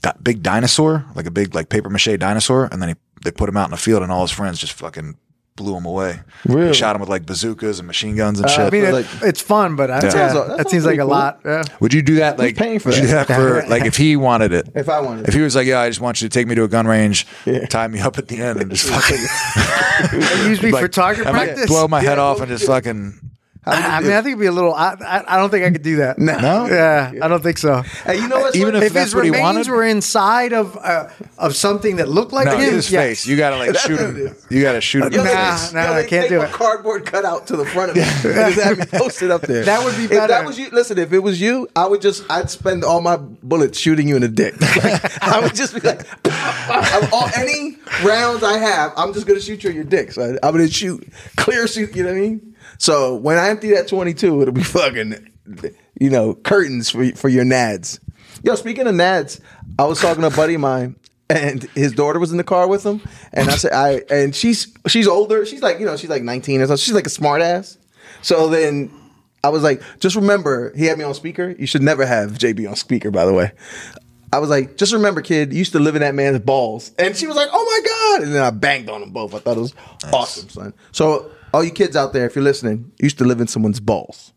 S5: di- big dinosaur, like a big like paper mache dinosaur, and then he they put him out in the field, and all his friends just fucking blew him away.
S2: Really? Uh,
S5: They shot him with like bazookas and machine guns and shit.
S3: I mean, it,
S2: Like-
S3: it's fun, but I, yeah,
S5: sounds-
S2: that
S3: that,
S2: sounds
S3: seems like
S2: pretty
S3: a
S2: cool.
S3: lot. Yeah.
S5: Would you do that? Like,
S2: paying for
S5: would you do
S2: that?
S5: that for like if he wanted it?
S2: If I wanted it.
S5: if he was like, yeah, I just want you to take me to a gun range, tie me up at the end, and just fucking
S3: They use me
S5: like,
S3: for target
S5: I might
S3: practice.
S5: blow my head off and just fucking.
S3: I, I mean, I think it'd be a little. I, I, I don't think I could do that.
S5: No?
S3: Yeah, I don't think so.
S2: Hey, you know what's
S5: Even
S2: funny?
S3: If
S5: that's
S3: his
S5: what he
S3: remains
S5: wanted?
S3: were inside of uh, of something that looked like
S5: No,
S3: him,
S5: his
S3: yes.
S5: face. You gotta like shoot him. You gotta shoot him. in the
S3: Nah,
S5: face.
S3: nah, I
S2: they
S3: can't
S2: tape
S3: do
S2: a
S3: it.
S2: Cardboard cutout to the front of it. and just have me posted up there.
S3: That would be
S2: If that
S3: better.
S2: was you, listen. If it was you, I would just I'd spend all my bullets shooting you in the dick. Like, I would just be like, I'm- all, any rounds I have, I'm just gonna shoot you in your dick. So I, am gonna shoot clear shoot. You know what I mean? So when I empty that 22, it'll be fucking, you know, curtains for for your nads. Yo, speaking of nads, I was talking to a buddy of mine, and his daughter was in the car with him, and I said, I and she's she's older, she's like you know she's like 19 or something, she's like a smart ass. So then I was like, just remember, he had me on speaker. You should never have JB on speaker, by the way. I was like, just remember, kid, you used to live in that man's balls. And she was like, oh my God. And then I banged on them both. I thought it was awesome, son. So, all you kids out there, if you're listening, you used to live in someone's balls.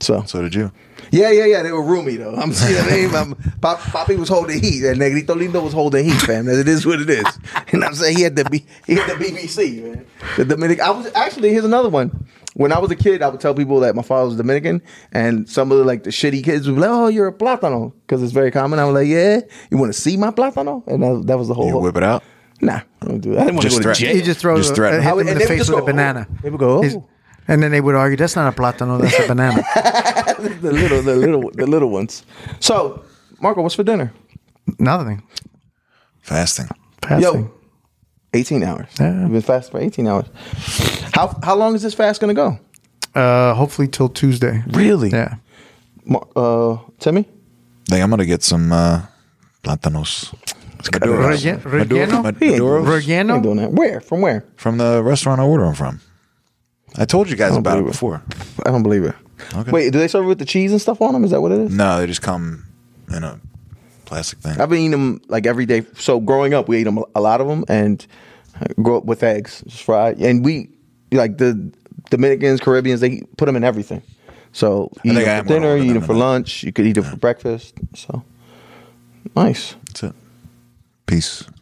S2: So,
S5: So did you?
S2: yeah, yeah, yeah. They were roomy, though. I'm seeing the name. I'm, Pop, Poppy was holding heat. And Negrito Lindo was holding heat, fam. It is what it is. And I'm saying he had the, B, he had the BBC, man. The Dominican. I was actually, here's another one. When I was a kid, I would tell people that my father was Dominican, and some of the like the shitty kids would be like, "Oh, you're a plátano," because it's very common. I was like, "Yeah, you want to see my plátano?" And that, that was the whole.
S5: You whip it out.
S2: Nah, I don't do that. I didn't want to go
S5: Just
S2: to
S5: threaten.
S2: jail.
S3: You just throw
S5: Just
S3: the,
S5: threaten.
S3: uh,
S2: I
S3: hit
S2: would-
S3: them
S2: and
S3: in the
S2: they would
S3: face
S2: just
S3: with a
S2: go, oh.
S3: banana.
S2: They would go, oh.
S3: He's- And then they would argue, that's not a plátano, that's a banana.
S2: the little, the little, the little ones. So, Marco, what's for dinner?
S3: Nothing.
S5: Fasting.
S3: Passing.
S2: Yo, 18 hours.
S3: Yeah.
S2: We've been fasting for 18 hours. How how long is this fast going to go?
S3: Uh, hopefully till Tuesday.
S2: Really?
S3: Yeah.
S2: Mar- Uh, Timmy?
S5: Like I'm gonna get some uh, platanos. Maduros.
S3: Rege-
S5: Maduro-
S3: relleno?
S5: Maduros
S2: I ain't doing
S3: Relleno?
S2: that. Where? From where?
S5: from the restaurant I order them from. I told you guys about it
S2: believe it.
S5: before.
S2: I don't believe it.
S5: Okay. Mm.
S2: Wait, do they serve it with the cheese and stuff on them? Is that what it is?
S5: No, they just come in a plastic thing.
S2: I've been eating them like every day. So growing up, we ate them a lot of them, and I grew up with eggs, just fried. And we like the Dominicans, Caribbeans, they put them in everything. So you
S5: I
S2: eat
S5: think I
S2: them
S5: am
S2: for
S5: gonna
S2: dinner,
S5: order
S2: you eat
S5: them
S2: them for
S5: in a-
S2: lunch, you could eat them for breakfast. So nice.
S5: That's it. Peace.